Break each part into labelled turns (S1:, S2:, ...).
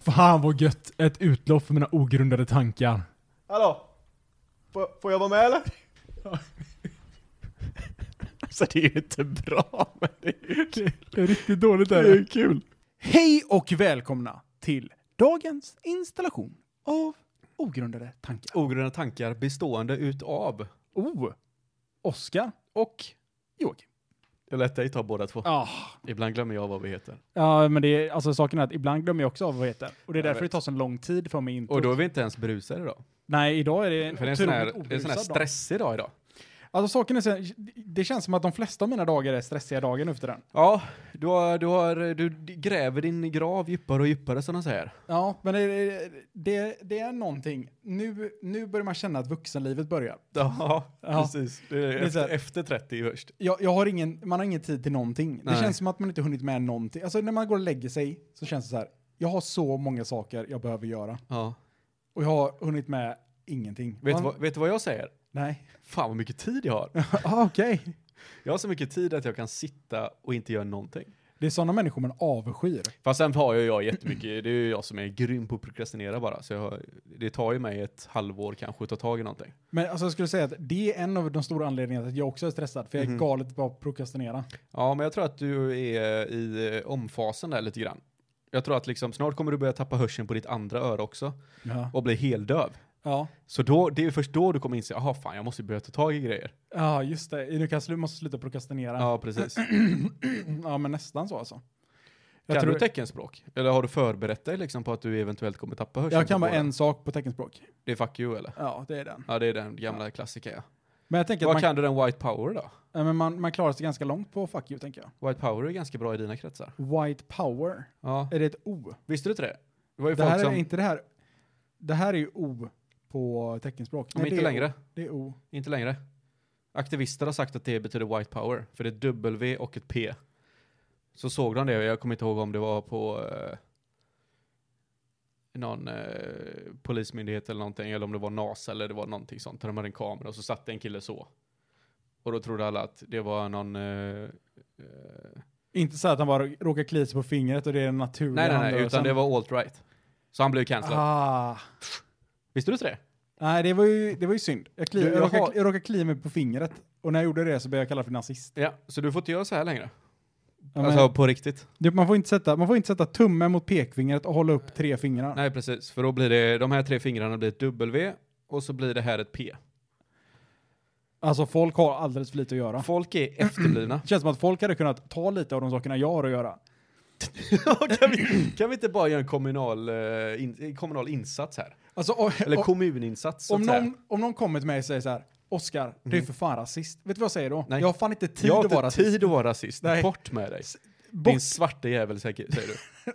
S1: Fan vad gött! Ett utlopp för mina ogrundade tankar.
S2: Hallå? Får, får jag vara med eller?
S3: Alltså det är ju inte bra, men det är ju kul.
S1: Det är riktigt dåligt
S3: Det är ju kul.
S4: Hej och välkomna till dagens installation av ogrundade tankar.
S3: Ogrundade tankar bestående utav.
S4: Oh! Oskar och Joakim.
S3: Jag lät dig ta båda två.
S4: Ah.
S3: Ibland glömmer jag vad vi heter.
S4: Ja, men det är, alltså saken är att ibland glömmer jag också av vad det heter. Och det är
S3: Jag
S4: därför det
S3: vet.
S4: tar så lång tid för mig in.
S3: Och då är vi inte ens brusade idag.
S4: Nej, idag är det en
S3: För det är en sån här,
S4: otroligt
S3: det är en sån här
S4: obrusad dag.
S3: stressig dag idag.
S4: Alltså saken är så, det känns som att de flesta av mina dagar är stressiga dagar nu för den.
S3: Ja, du, har, du, har, du gräver din grav djupare och djupare som de säger.
S4: Ja, men det, det, det är någonting. Nu, nu börjar man känna att vuxenlivet börjar.
S3: Ja,
S4: Ja.
S3: precis. Det är
S4: är så
S3: efter,
S4: här-
S3: efter 30 först.
S4: Jag, jag har ingen, man har ingen tid till någonting.
S3: Nej.
S4: Det känns som att man inte hunnit med någonting. Alltså när man går och lägger sig så känns det så här. Jag har så många saker jag behöver göra.
S3: Ja.
S4: Och jag har hunnit med ingenting.
S3: Vet,
S4: Man-
S3: du vad, vet du vad jag säger?
S4: Nej.
S3: Fan vad mycket tid jag har.
S4: ah, Okej.
S3: Jag har så mycket tid att jag kan sitta och inte göra någonting.
S4: Det är sådana människor man avskyr.
S3: Fast sen har ju jag jättemycket, det är ju jag som är grym på att prokrastinera bara. Så jag, har- det tar ju mig ett halvår kanske att ta tag i någonting.
S4: Men alltså, jag skulle säga att det är en av de stora anledningarna till att jag också är stressad. För jag är
S3: Mhm.
S4: galet bra på att prokrastinera.
S3: Ja, men jag tror att du är i eh, omfasen där lite grann. Jag tror att liksom, snart kommer du börja tappa hörseln på ditt andra öra också
S4: Ja.
S3: och bli heldöv.
S4: Ja,
S3: Så då, det är ju först då du kommer inse, jaha fan jag måste börja ta tag i grejer.
S4: ja just det. Nu kan jag slu- måste sluta prokrastinera. Ja.
S3: Ja, precis.
S4: men nästan så alltså. Jag,
S3: kan
S4: tror,
S3: du teckenspråk? Eller har du förberett dig liksom på att du eventuellt kommer tappa hörseln?
S4: jag kan
S3: på
S4: bara
S3: båda?
S4: en sak på teckenspråk.
S3: Det är fuck you eller?
S4: Ja, det är den.
S3: Ja, det är den gamla klassikern ja.
S4: Men jag tänker
S3: Vad
S4: att man,
S3: kan du den white power då?
S4: ja, Eh, men man, man klarar sig ganska långt på fuck you, tänker jag.
S3: White power är ganska bra i dina kretsar.
S4: White power.
S3: Ja.
S4: Är det ett O?
S3: Visste du inte det? Det var ju
S4: Det
S3: folk
S4: här
S3: som...
S4: är inte det här. Det här är ju O på teckenspråk.
S3: men
S4: det
S3: inte
S4: är
S3: längre.
S4: O. Det är O.
S3: Inte längre. Aktivister har sagt att det betyder white power, för det är ett W och ett P. Så såg de det, och jag kommer inte ihåg om det var på eh, någon eh, polismyndighet eller någonting, eller om det var NASA eller det var någonting sånt. Där de hade en kamera och så satt en kille så. Och då trodde alla att det var någon... Eh, eh,
S4: Inte så att han bara råkar klia sig på fingret och det är den naturliga
S3: nej, nej, nej,
S4: handrörelsen.
S3: utan det var alltså. alt-right. Så han blev cancellad.
S4: Ah.
S3: Visste du inte det?
S4: Nej, det var ju, det var ju synd. Jag, kli,
S3: Du, jag
S4: jag, råkade,
S3: har-
S4: jag råkade klia mig på fingret. Och när jag gjorde det så blev jag kallad för nazist.
S3: Ja, så du får inte göra så här längre.
S4: Ja, men-
S3: Alltså på riktigt.
S4: Du, man, får inte sätta, man får inte sätta tummen mot pekfingret och hålla upp tre fingrar.
S3: Nej, precis. För då blir det, de här tre fingrarna blir ett W och så blir det här ett P.
S4: Alltså folk har alldeles för lite att göra.
S3: Folk är efterblivna.
S4: Det känns som att folk hade kunnat ta lite av de sakerna jag har att göra.
S3: kan, vi, kan vi inte bara göra en kommunal, eh, in, en kommunal insats här?
S4: Alltså, och,
S3: Eller
S4: och,
S3: kommuninsats, så
S4: om,
S3: att säga. Mm.
S4: någon, om någon kommer till mig och säger så här, Oskar, du är för fan rasist. Vet du vad jag säger då?
S3: Nej.
S4: Jag har fan inte tid
S3: Jag har
S4: att
S3: inte
S4: vara rasist.
S3: tid att vara rasist.
S4: Nej.
S3: Bort med dig. Din
S4: Bort.
S3: svarte jävel, säkert, säger du.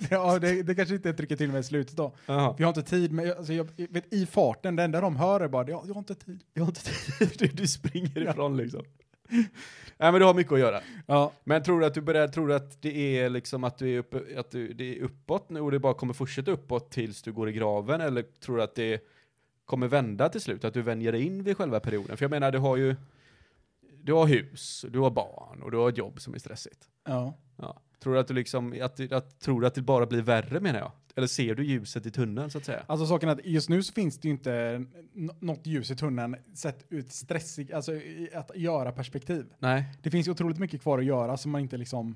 S4: ja, det, det kanske inte jag trycker till mig i slutet då.
S3: Jaha.
S4: Vi har inte tid, men jag, alltså, jag, jag vet, i farten, det enda de hör är bara, jag, jag har inte tid.
S3: Jag har inte tid. Du, du springer ifrån liksom. Nej, men du har mycket att göra.
S4: Ja,
S3: Men tror du att du börjar, tror du att det är liksom att du är, uppe, att du, det är uppåt nu och det bara kommer fortsätta uppåt tills du går i graven eller tror du att det kommer vända till slut, att du vänjer dig in vid själva perioden? För jag menar, du har ju, du har hus, du har barn och du har ett jobb som är stressigt.
S4: ja.
S3: Ja. Tror du att du liksom, att, du- att, tror du att det bara blir värre menar jag? Eller ser du ljuset i tunneln så att säga?
S4: Alltså saken är att just nu så finns det ju inte n- något ljus i tunneln sett ut stressig, alltså i att göra perspektiv.
S3: Nej.
S4: Det finns ju otroligt mycket kvar att göra som man inte liksom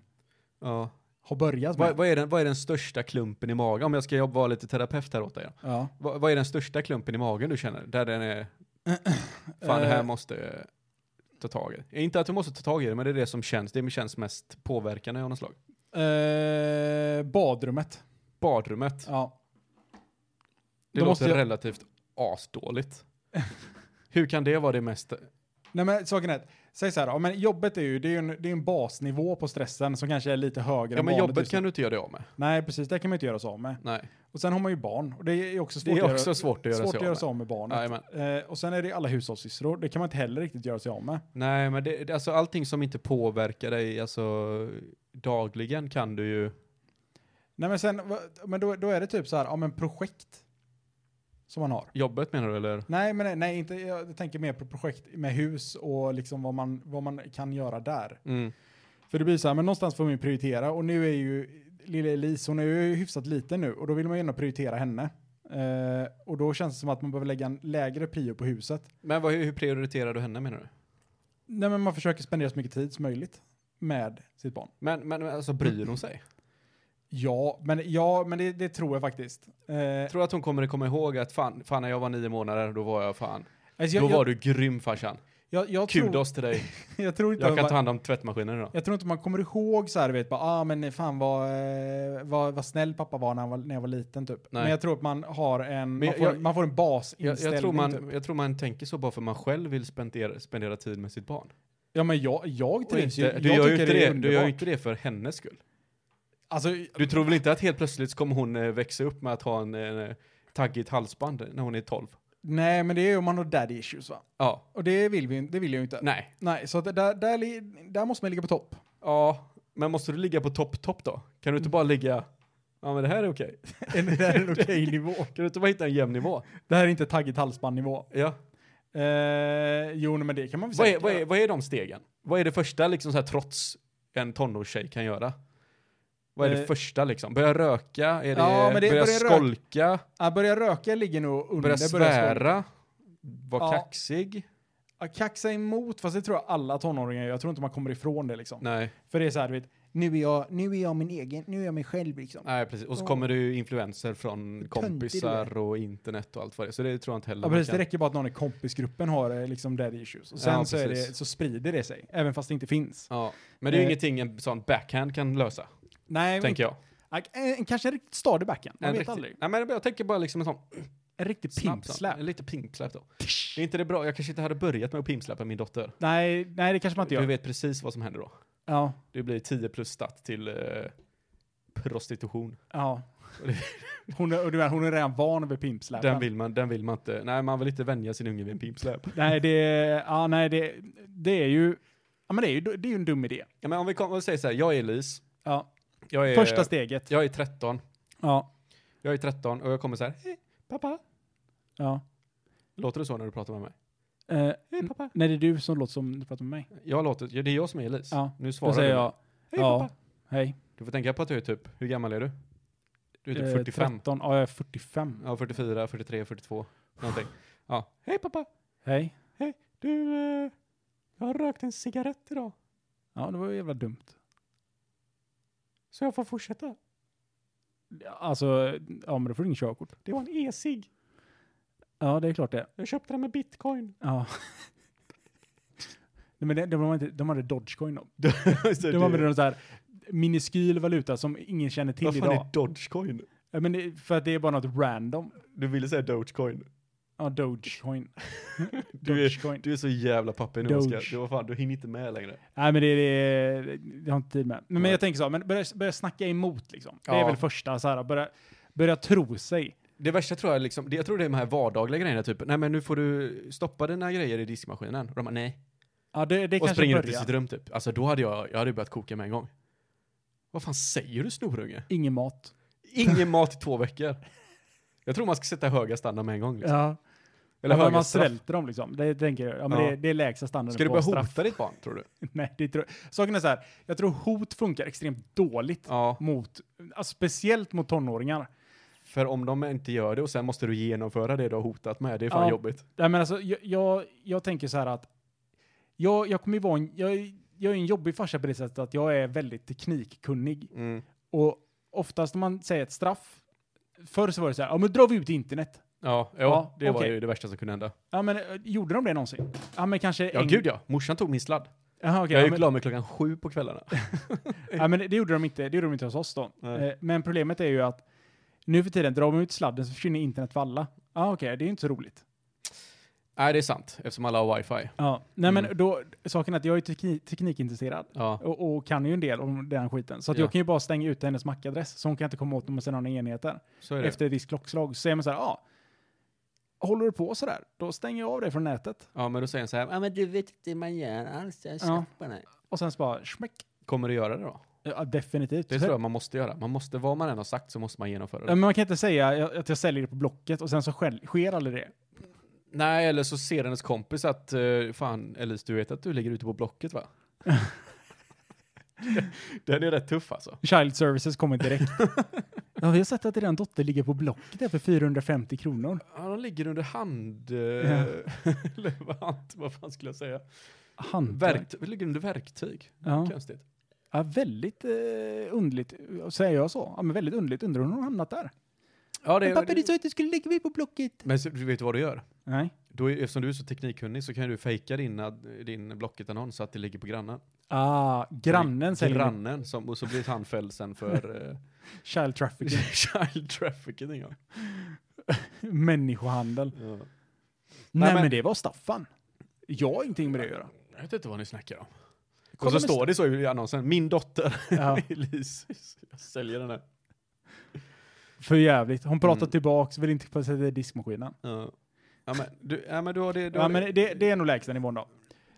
S3: Ja.
S4: har börjat med.
S3: Vad, vad, är den, vad är den största klumpen i magen? Om jag ska jobba, vara lite terapeut här åt dig.
S4: Ja.
S3: Vad, vad är den största klumpen i magen du känner? Där den är... Fan,
S4: Eh.
S3: det här måste jag ta tag i. Eh, Inte att du måste ta tag i det, men det är det som känns. Det känns mest påverkande av något slag.
S4: Eh, badrummet.
S3: Badrummet.
S4: Ja.
S3: Det
S4: Då
S3: låter
S4: måste jag-
S3: relativt asdåligt. Hur kan det vara det mest...
S4: Nej men saken är att, säg så här, ja, men jobbet är ju, det är ju en, det är en basnivå på stressen som kanske är lite högre
S3: Ja,
S4: än
S3: men
S4: vanligt
S3: jobbet
S4: just nu.
S3: kan du inte göra dig av med.
S4: Nej precis, det kan man inte göra sig av med.
S3: Nej.
S4: Och sen har man ju barn och det är också
S3: Det
S4: svårt,
S3: är
S4: att,
S3: också
S4: göra,
S3: svårt att göra
S4: svårt
S3: sig
S4: att göra
S3: av
S4: sig
S3: med.
S4: av med barnet.
S3: Jajamän.
S4: Eh, och sen är det alla hushållssysslor, det kan man inte heller riktigt göra sig av med.
S3: Nej, men det, det- alltså allting som inte påverkar dig alltså, dagligen kan du ju...
S4: Nej men sen, va- men då, då är det typ så här, ja men projekt som man har.
S3: Jobbet menar du, eller?
S4: Nej men nej, nej, inte, jag tänker mer på projekt med hus och liksom vad man, vad man kan göra där.
S3: Mm.
S4: För det blir så här, men någonstans får man ju prioritera och nu är ju lilla Elise, hon är ju hyfsat liten nu och då vill man ju ändå prioritera henne. Eh, och då känns det som att man behöver lägga en lägre prio på huset.
S3: Men vad, hur prioriterar du henne menar du?
S4: Nej men man försöker spendera så mycket tid som möjligt med sitt barn.
S3: Men, men alltså bryr hon sig?
S4: Ja, men, ja, men det, det tror jag faktiskt. Eh,
S3: Jag tror att hon kommer komma ihåg att fan, fan när jag var nio månader, då var jag fan.
S4: alltså, jag,
S3: Då
S4: jag,
S3: var du grym farsan.
S4: jag, jag, tror,
S3: Kudos till dig.
S4: jag tror inte
S3: Jag kan
S4: man,
S3: ta hand om tvättmaskinen idag.
S4: jag tror inte man kommer ihåg så här, du vet, bara, ah men fan vad, eh, vad, vad snäll pappa var när, han var när jag var liten typ.
S3: Nej.
S4: Men jag tror att man har en,
S3: Men
S4: man, får,
S3: jag-
S4: man får en
S3: Jag,
S4: basinställning.
S3: jag, tror
S4: typ.
S3: man, jag tror man tänker så bara för man själv vill spendera, spendera tid med sitt barn.
S4: Ja men jag, jag
S3: Och
S4: trivs
S3: inte,
S4: ju.
S3: du,
S4: jag
S3: gör ju
S4: tycker
S3: inte det,
S4: är
S3: du gör ju
S4: underbart.
S3: inte det för hennes skull.
S4: Alltså,
S3: Du tror väl inte att helt plötsligt så kommer hon eh, växa upp med att ha en, en taggigt halsband när hon är 12?
S4: nej men det är ju om man har daddy issues va?
S3: Ja.
S4: Och det vill, vi, det vill jag ju inte.
S3: Nej.
S4: Nej, så att där, där, li- där måste man ligga på topp.
S3: Ja, men måste du ligga på topp, topp då? Kan du inte bara ligga, ja men det här är okej.
S4: En, Mm. det här är en okej nivå.
S3: Kan du inte bara hitta en jämn nivå?
S4: Det här är inte taggigt halsbandnivå.
S3: Ja.
S4: Eh, jo, nej, men det kan man väl
S3: Vad är,
S4: säkert
S3: vad, är,
S4: göra.
S3: vad är de stegen? Vad är det första liksom så här trots en tonårstjej kan göra? Vad är det
S4: Eh.
S3: första liksom? Börja röka? Är det,
S4: Ja, men det-
S3: börja
S4: börja röka.
S3: skolka?
S4: Ah, börja röka ligger nog under.
S3: Börja
S4: skolka.
S3: svära? Vara
S4: Ja.
S3: kaxig?
S4: Ah, kaxa emot, fast det tror jag alla tonåringar gör. Jag tror inte man kommer ifrån det liksom.
S3: Nej.
S4: För det är så här, du vet, nu är, jag, nu är jag min egen, nu är jag mig själv liksom.
S3: Nej, precis. Och så
S4: Ja.
S3: kommer det ju influenser från
S4: Töntig
S3: kompisar och internet och allt vad det är. Så det tror jag inte heller
S4: Ja,
S3: man
S4: precis, det
S3: kan-
S4: räcker bara att någon i kompisgruppen har eh, liksom daddy issues. Och sen
S3: Ja,
S4: så, är det,
S3: precis.
S4: så sprider det sig, även fast det inte finns.
S3: Ja. Men det är ju
S4: Eh.
S3: ingenting en sån backhand kan lösa,
S4: Nej,
S3: tänker jag.
S4: jag. En, kanske en riktigt stadig backhand. Man
S3: En
S4: vet
S3: riktig-
S4: aldrig.
S3: Nej, men jag tänker bara liksom en sån
S4: En riktig
S3: snabb
S4: pimpslap.
S3: sån. Lite pimpsläpp då. Det är inte det bra, jag kanske inte hade börjat med att pimpsläppa min dotter.
S4: Nej, nej, det kanske man inte
S3: Du
S4: gör.
S3: vet precis vad som händer då.
S4: Ja,
S3: Det blir 10 plus stat till eh, prostitution.
S4: ja. Hon är, och du är, hon är redan van vid pimpsläpen.
S3: Den vill, man, den vill man inte, nej man vill inte vänja sin unge vid en pimpsläp.
S4: Nej, det, ja, nej det, det är ju... Ja, men det är ju, det är ju en dum idé.
S3: Ja, men om vi, kom, om vi säger så här, jag är Elise,
S4: Ja.
S3: jag är,
S4: Första steget.
S3: jag är 13,
S4: Ja.
S3: jag är 13 och jag kommer så här, hej pappa.
S4: ja.
S3: Låter det så när du pratar med mig?
S4: Eh,
S3: Hej pappa.
S4: nej, det är du som låter som du pratar med mig.
S3: Jag låter, ja, det är jag som är Elise.
S4: Ja,
S3: Nu svarar
S4: Då säger
S3: du.
S4: jag,
S3: Hej
S4: ja.
S3: pappa.
S4: hej.
S3: Du får tänka på att du är typ, hur gammal är du? Du är typ
S4: Eh,
S3: 45.
S4: 13, ja, jag är 45.
S3: Ja, 44, 43, 42. Någonting. Ja. Hej pappa!
S4: Hej.
S3: Du, eh, jag har rökt en cigarett idag.
S4: Ja, det var ju jävla dumt.
S3: Så jag får fortsätta.
S4: Alltså, ja men då får du inget körkort.
S3: Det var en e-cigg.
S4: Ja, det är klart det.
S3: Jag köpte den med bitcoin.
S4: Ja. Nej, men det, de, var inte, de hade Dogecoin då. De
S3: var
S4: använde någon så här miniskyl valuta som ingen känner till
S3: Vad fan
S4: idag.
S3: är Dogecoin?
S4: Ja, men det, för att det är bara något random.
S3: Du ville säga Dogecoin.
S4: Ja, Dogecoin.
S3: Du är,
S4: Dogecoin.
S3: du är så jävla pappig nu
S4: Doge.
S3: Oskar. Du, var fan, du hinner inte med längre.
S4: Nej, men det är... Det har jag inte tid med. Men, men
S3: Nej.
S4: jag tänker så, här, men börja, börja snacka emot liksom. Det
S3: Ja.
S4: är väl första så här, börja, börja tro sig.
S3: Det värsta tror jag liksom, det, jag tror det är de här vardagliga grejerna typ. Nej men nu får du stoppa dina grejer i diskmaskinen. Och de bara, nej.
S4: Ja, det, det
S3: och
S4: kanske
S3: springer
S4: börjar.
S3: ut i sitt rum typ. Alltså då hade jag, jag hade börjat koka med en gång. Vad fan säger du snorunge?
S4: Ingen mat.
S3: Ingen mat i två veckor. Jag tror man ska sätta höga standard med en gång. Liksom.
S4: Ja.
S3: Eller
S4: ja, men
S3: höga
S4: man
S3: straff.
S4: svälter dem liksom. Det tänker jag. Ja, men
S3: Ja.
S4: Det, det är lägsta standarden
S3: Ska du
S4: på
S3: börja
S4: straff.
S3: hota ditt barn, tror du?
S4: Nej, det tror jag. Saken är så här, jag tror hot funkar extremt dåligt
S3: Ja,
S4: mot, alltså speciellt mot tonåringar.
S3: för om de inte gör det och sen måste du genomföra det du har hotat med, det är fan
S4: Ja.
S3: jobbigt.
S4: Nej, men alltså, jag, jag, jag tänker så här att jag, jag kommer ju vara en, jag, är- jag är en jobbig farsa på det sättet att jag är väldigt teknikkunnig.
S3: Mm.
S4: Och oftast när man säger ett straff, förr så var det så här, ja men drar vi ut internet.
S3: Ja, ja,
S4: Ja,
S3: det var
S4: okej.
S3: ju det värsta som kunde hända.
S4: Ja men eh, gjorde de det någonsin? Ja men kanske
S3: Ja,
S4: en-
S3: gud ja. Morsan tog min sladd.
S4: Jaha, okej,
S3: jag
S4: ja,
S3: gick
S4: men-
S3: och la mig klockan sju på kvällarna.
S4: Ja, men det gjorde de inte, det gjorde de inte hos oss då.
S3: Nej.
S4: Eh, Men problemet är ju att nu för tiden, drar man ut sladden så försvinner internet för alla. Ja, ah, okej, det är ju inte så roligt.
S3: Nej, det är sant, eftersom alla har wifi.
S4: Ja, nej
S3: Mm.
S4: men då, saken är att jag är tekni- teknikintresserad
S3: Ja.
S4: och, och kan ju en del om den skiten. Så att
S3: Ja.
S4: jag kan ju bara stänga ut hennes MAC-adress så hon kan inte komma åt dem och sen har några enheter.
S3: Så är det.
S4: Efter ett visst klockslag så säger man så här, ja, ah, håller du på sådär, då stänger jag av dig från nätet.
S3: Ja, men då säger han så här, "Ja, men
S5: du vet inte hur man gör alls. Jag
S4: Ja.
S5: ja. på dig.
S4: Och sen så bara smäck.
S3: kommer du göra det då?
S4: Ja, definitivt.
S3: Det tror jag man måste göra. Man måste, vad man än har sagt så måste man genomföra
S4: Ja,
S3: det.
S4: Men man kan inte säga ja, att jag säljer det på Blocket och sen så skäl- sker aldrig det.
S3: Nej, eller så ser hennes kompis att, eh, fan Elise, du vet att du ligger ute på Blocket va? Den är rätt tuff alltså.
S4: Child Services kommer direkt. ja, vi har sett att er dotter ligger på Blocket där för 450 kronor.
S3: Ja, de ligger under hand... eh, Levant, vad fan skulle jag säga?
S4: Hantverk.
S3: Verkt, de ligger under verktyg.
S4: Ja.
S3: Konstigt.
S4: Ja, väldigt eh, underligt, säger jag så? Ja, men väldigt underligt. Undrar hur hon har hamnat där.
S3: Ja, det,
S4: att du skulle ligga vid på Blocket.
S3: men så- du vet vad du gör?
S4: Nej.
S3: Då, är- eftersom du är så teknikkunnig så kan du fejka din, ad- din Blocket-annons så att det ligger på grannen.
S4: Ah, grannen säger grannen.
S3: Grannen, som, och så blir han fälld sen för eh,
S4: child trafficking,
S3: child trafficking. Ja.
S4: människohandel.
S3: Ja.
S4: Nej,
S3: men-
S4: men det var Staffan. Jag har ingenting med det att göra.
S3: Jag vet inte vad ni snackar om.
S4: Kolla
S3: och så
S4: nästa.
S3: står det så i annonsen, min dotter
S4: Ja.
S3: Elise, jag säljer den här.
S4: För jävligt. Hon pratar
S3: Mm.
S4: tillbaks, vill inte passa i diskmaskinen.
S3: Ja. Ja, men, du, ja men du har det. Du
S4: Ja,
S3: har
S4: men det, det är nog lägsta nivån då.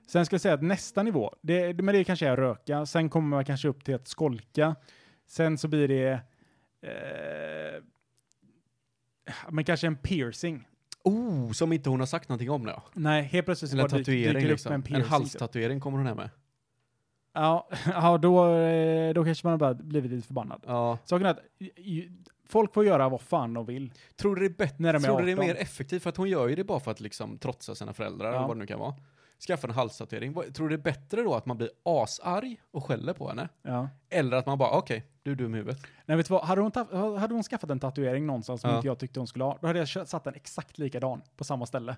S4: Sen ska jag säga att nästa nivå, det, det- men det kanske är röka, sen kommer man kanske upp till att skolka, sen så blir det eh, men kanske en piercing.
S3: Oh, som inte hon har sagt någonting om det.
S4: Nej, helt plötsligt så
S3: Eller en
S4: bara dyker- dyker
S3: tatuering
S4: det upp
S3: liksom.
S4: med
S3: En,
S4: piercing, typ.
S3: halstatuering kommer hon här med.
S4: Ja, ja då, eh, då kanske man har bara blivit lite förbannad.
S3: Ja.
S4: Saken är att i- i- folk får göra vad fan de vill.
S3: Tror du det är bättre?
S4: När de är
S3: tror du det är
S4: 18?
S3: mer effektivt? För att hon gör ju det bara för att liksom trotsa sina föräldrar,
S4: Ja.
S3: eller vad det nu kan vara. Skaffa en halstatuering. Vad- Tror du det är bättre då att man blir asarg och skäller på henne?
S4: Ja.
S3: Eller att man bara, okej, du är dum i huvudet.
S4: Nej, vet du vad? Hade hon, ta- hade hon skaffat en tatuering någonstans som
S3: Ja.
S4: inte jag tyckte hon skulle ha, då hade jag kö- satt den exakt likadan på samma ställe.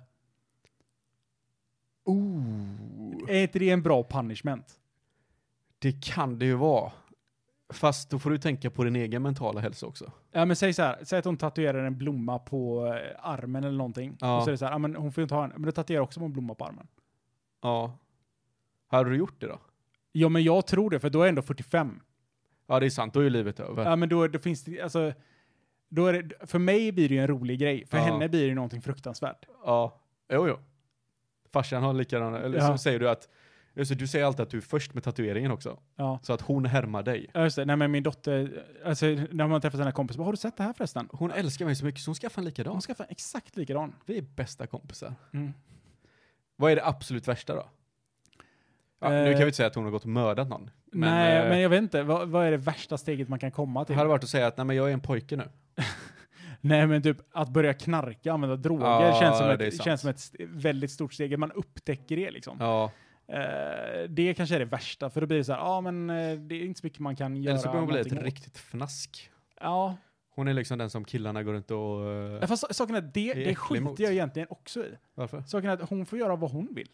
S3: Ooh.
S4: Är inte det en bra punishment?
S3: Det kan det ju vara. Fast då får du tänka på din egen mentala hälsa också.
S4: Ja, men säg så här, säg att hon tatuerar en blomma på eh, armen eller någonting.
S3: Ja.
S4: Och så är det så här, ja, men hon får ju inte ha en, men då tatuerar jag också en blomma på armen.
S3: Ja. Hade du gjort det då?
S4: Ja, men jag tror det, för då är jag ändå 45.
S3: Ja, det är sant. Då är ju livet över.
S4: Ja, men då, då finns det, alltså, då är det, för mig blir det ju en rolig grej, för
S3: Ja.
S4: henne blir det ju någonting fruktansvärt.
S3: Ja, jo jo. Farsan har likadan, eller
S4: Ja.
S3: så säger du att, just det, du säger alltid att du är först med tatueringen också.
S4: Ja.
S3: Så att hon härmar dig.
S4: Ja, just det. Nej, men min dotter, alltså, när man träffar sina kompisar, bara, har du sett det här förresten?
S3: Hon älskar mig så mycket så hon skaffar en likadan.
S4: Hon skaffar exakt likadan.
S3: Vi är bästa kompisar.
S4: Mm.
S3: Vad är det absolut värsta då? Ja,
S4: Eh.
S3: nu kan vi inte säga att hon har gått och mördat någon. Men,
S4: Nej,
S3: eh,
S4: men jag vet inte. Vad, vad är det värsta steget man kan komma
S3: det
S4: till?
S3: hade varit att säga att nej men jag är en pojke nu.
S4: Nej, men typ att börja knarka, använda droger,
S3: Ja,
S4: känns, som
S3: det
S4: ett,
S3: är sant.
S4: känns som ett st- väldigt stort steg. Man upptäcker det liksom.
S3: Ja.
S4: Eh, det kanske är det värsta, för då blir det så här, ja ah, men eh, det är inte så mycket man kan göra
S3: Eller så börjar hon bli ett
S4: någonting åt.
S3: riktigt fnask.
S4: Ja,
S3: Hon är liksom den som killarna går runt och... eh,
S4: Ja, fast so- saken är att det,
S3: är
S4: det
S3: äcklig
S4: skiter
S3: mot.
S4: jag egentligen också i.
S3: varför?
S4: Saken är att hon får göra vad hon vill.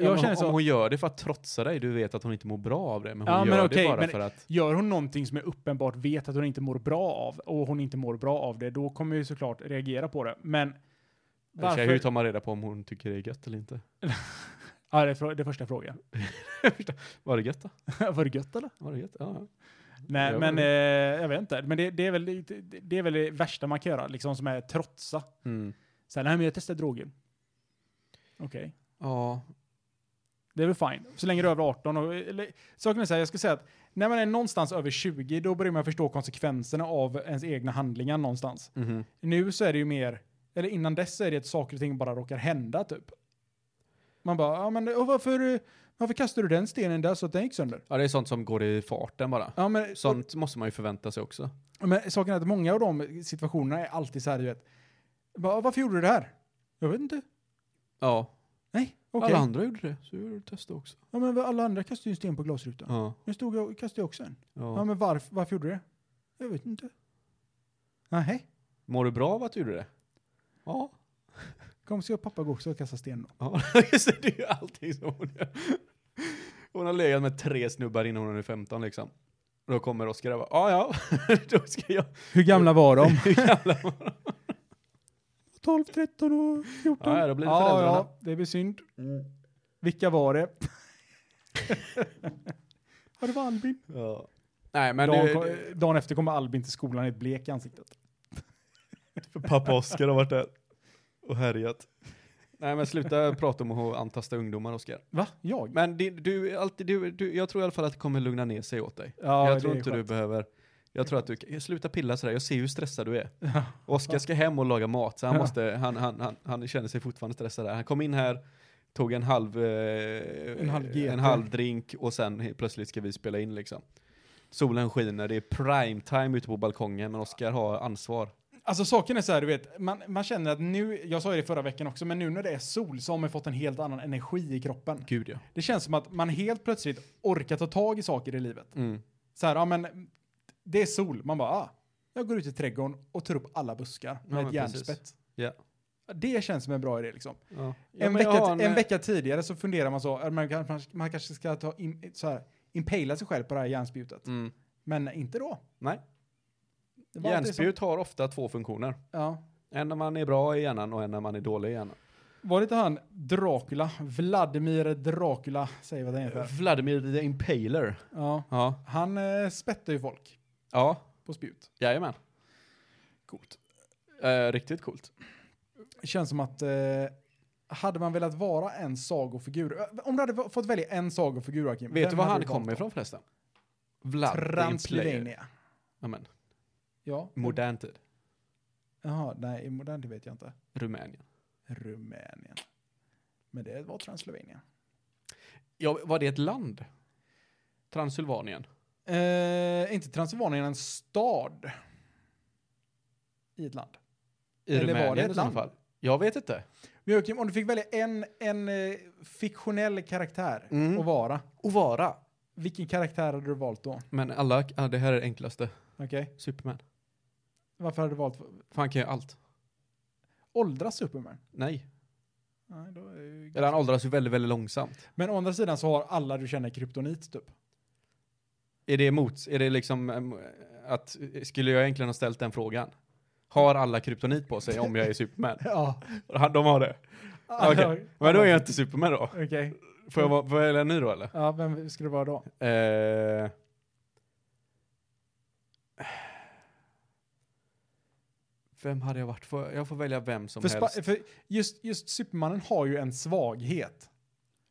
S3: Ja, men
S4: känner
S3: om,
S4: så-
S3: om hon gör det för att trotsa dig, du vet att hon inte mår bra av det. Men hon
S4: Ja, men
S3: gör
S4: okej,
S3: det bara
S4: men-
S3: för att...
S4: Gör hon någonting som jag uppenbart vet att hon inte mår bra av och hon inte mår bra av det, då kommer jag ju såklart reagera på det. Men
S3: Varför?
S4: varför?
S3: Hur tar man reda på om hon tycker det är gött eller inte?
S4: Ja, det är frå- det är första frågan.
S3: Var det gött då?
S4: Var det gött eller?
S3: Var det gött? Ja, ja.
S4: Nej,
S3: Ja.
S4: men eh, jag vet inte. Men det, det, är väl, det, det är väl det värsta man kan göra, liksom som är trotsa.
S3: Mm.
S4: Så här, nej men jag testar droger. Okej.
S3: ja.
S4: Det är väl fine. Så länge du är över 18. Och, eller, saken är så här, jag skulle säga att när man är någonstans över 20, då börjar man förstå konsekvenserna av ens egna handlingar någonstans.
S3: Mhm.
S4: Nu så är det ju mer, eller innan dess så är det att saker och ting bara råkar hända typ. Man bara, ja men och varför, varför kastade du den stenen där så att den gick sönder?
S3: ja, det är sånt som går i farten bara.
S4: Ja men,
S3: Sånt måste man ju förvänta sig också.
S4: men saken är att många av de situationerna är alltid så här, du vet. Bara, varför gjorde du det här? Jag vet inte.
S3: Ja.
S4: Nej, okej.
S3: Alla andra gjorde det, så gjorde du testa också.
S4: Ja men alla andra kastade ju en sten på glasrutan.
S3: Ja.
S4: Nu stod jag och kastade jag också en. Ja,
S3: ja.
S4: men varför, varför gjorde du det? Jag vet inte. Nej,
S3: Mår du bra av att du gjorde det? Ja.
S4: kom så jag och pappa går också och kastar sten då.
S3: Ja, just det. Det är ju allting som hon gör. Hon har legat med tre snubbar innan hon är 15 liksom. Då kommer Oskar och bara, ja ja, då ska jag.
S4: Hur gamla var de?
S3: Hur gamla var de?
S4: 12, 13 och 14.
S3: Ja, ja, då Mm. blir det
S4: ja,
S3: föräldrarna.
S4: ja, det blir synd. Vilka var det? ja, det var Albin.
S3: Ja. Nej men
S4: dagen,
S3: det,
S4: kom,
S3: det,
S4: dagen efter kommer Albin till skolan helt blek i ansiktet.
S3: För pappa Oskar har varit där och härjat. Nej men sluta prata om att antasta ungdomar Oskar.
S4: Va? Jag?
S3: Men det, du, är alltid, du, du, jag tror i alla fall att det kommer lugna ner sig åt dig.
S4: ja,
S3: jag tror
S4: det är
S3: inte du
S4: skönt.
S3: behöver, jag tror att du kan, sluta pilla sådär, jag ser hur stressad du är.
S4: Ja.
S3: Oskar ska hem och laga mat, så han
S4: Ja.
S3: måste, han, han, han, han känner sig fortfarande stressad där. Han kom in här, tog en halv, eh,
S4: En halv GT.
S3: en halv drink och sen he- plötsligt ska vi spela in liksom. Solen skiner, det är prime time ute på balkongen, men Oskar har ansvar.
S4: Alltså saken är så här, du vet, man, man känner att nu, jag sa ju det förra veckan också, men nu när det är sol så har man fått en helt annan energi i kroppen.
S3: Gud ja.
S4: Det känns som att man helt plötsligt orkar ta tag i saker i livet.
S3: Mm.
S4: Så här, ja men, det är sol. Man bara, ah, jag går ut i trädgården och tar upp alla buskar med
S3: men
S4: ett
S3: precis.
S4: järnspett.
S3: Ja.
S4: Det känns som en bra idé liksom.
S3: Ja.
S4: en,
S3: men jag
S4: vecka,
S3: har
S4: en vecka tidigare så funderar man så, eh, man, kan- man, man kanske ska ta in, så här, impala sig själv på det här järnspjutet.
S3: Mm.
S4: Men inte då.
S3: Nej,
S4: Det var alltid som-
S3: hjärnspjut har ofta två funktioner.
S4: Ja.
S3: En när man är bra i hjärnan och en när man är dålig i hjärnan.
S4: Var det inte han Dracula? Vladimir Dracula säger vad den heter.
S3: Vladimir the Impaler.
S4: Ja.
S3: Ja.
S4: Han eh, spettar ju folk
S3: Ja,
S4: på spjut.
S3: jajamän.
S4: Coolt.
S3: Eh, riktigt coolt.
S4: Det känns som att eh, hade man velat vara en sagofigur. Ö, Om du hade v- fått välja en sagofigur, Joakim.
S3: Vet
S4: vem
S3: du var
S4: hade
S3: han
S4: du valt
S3: kommer
S4: då?
S3: ifrån förresten? Vlad the Impaler.
S4: Transylvania.
S3: Amen.
S4: Ja.
S3: Modern tid.
S4: Jaha, nej, i modern tid vet jag inte.
S3: Rumänien.
S4: Rumänien. Men det var Transylvania.
S3: Ja, var det ett land? Transylvanien.
S4: Eh, inte Transylvanien, en stad. I ett land.
S3: I
S4: Eller var
S3: Rumänien
S4: det ett
S3: i så
S4: land?
S3: fall. Jag vet inte.
S4: Men Joakim, om du fick välja en, en eh, fiktionell karaktär
S3: Mm.
S4: att vara,
S3: Och vara.
S4: vilken karaktär hade du valt då?
S3: Men alla, ah, det här är det enklaste.
S4: Okej.
S3: Superman.
S4: Varför hade du valt
S3: För han kan ju allt.
S4: åldras Superman?
S3: Nej.
S4: Nej, då är det ju...
S3: Eller han åldras ju väldigt, väldigt långsamt.
S4: Men å andra sidan så har alla du känner kryptonit typ.
S3: Är det emot, är det liksom em, att, skulle jag egentligen ha ställt den frågan? Har alla kryptonit på sig om jag är Superman?
S4: Ja.
S3: Han- De har det. Okej. Men då är jag inte Superman då.
S4: Okej.
S3: Får jag vara- får jag välja nu då eller?
S4: Ja, vem skulle det vara då?
S3: Eh. Vem hade jag varit? Får, jag får välja vem som
S4: För,
S3: helst.
S4: spa- för just, just Supermannen har ju en svaghet.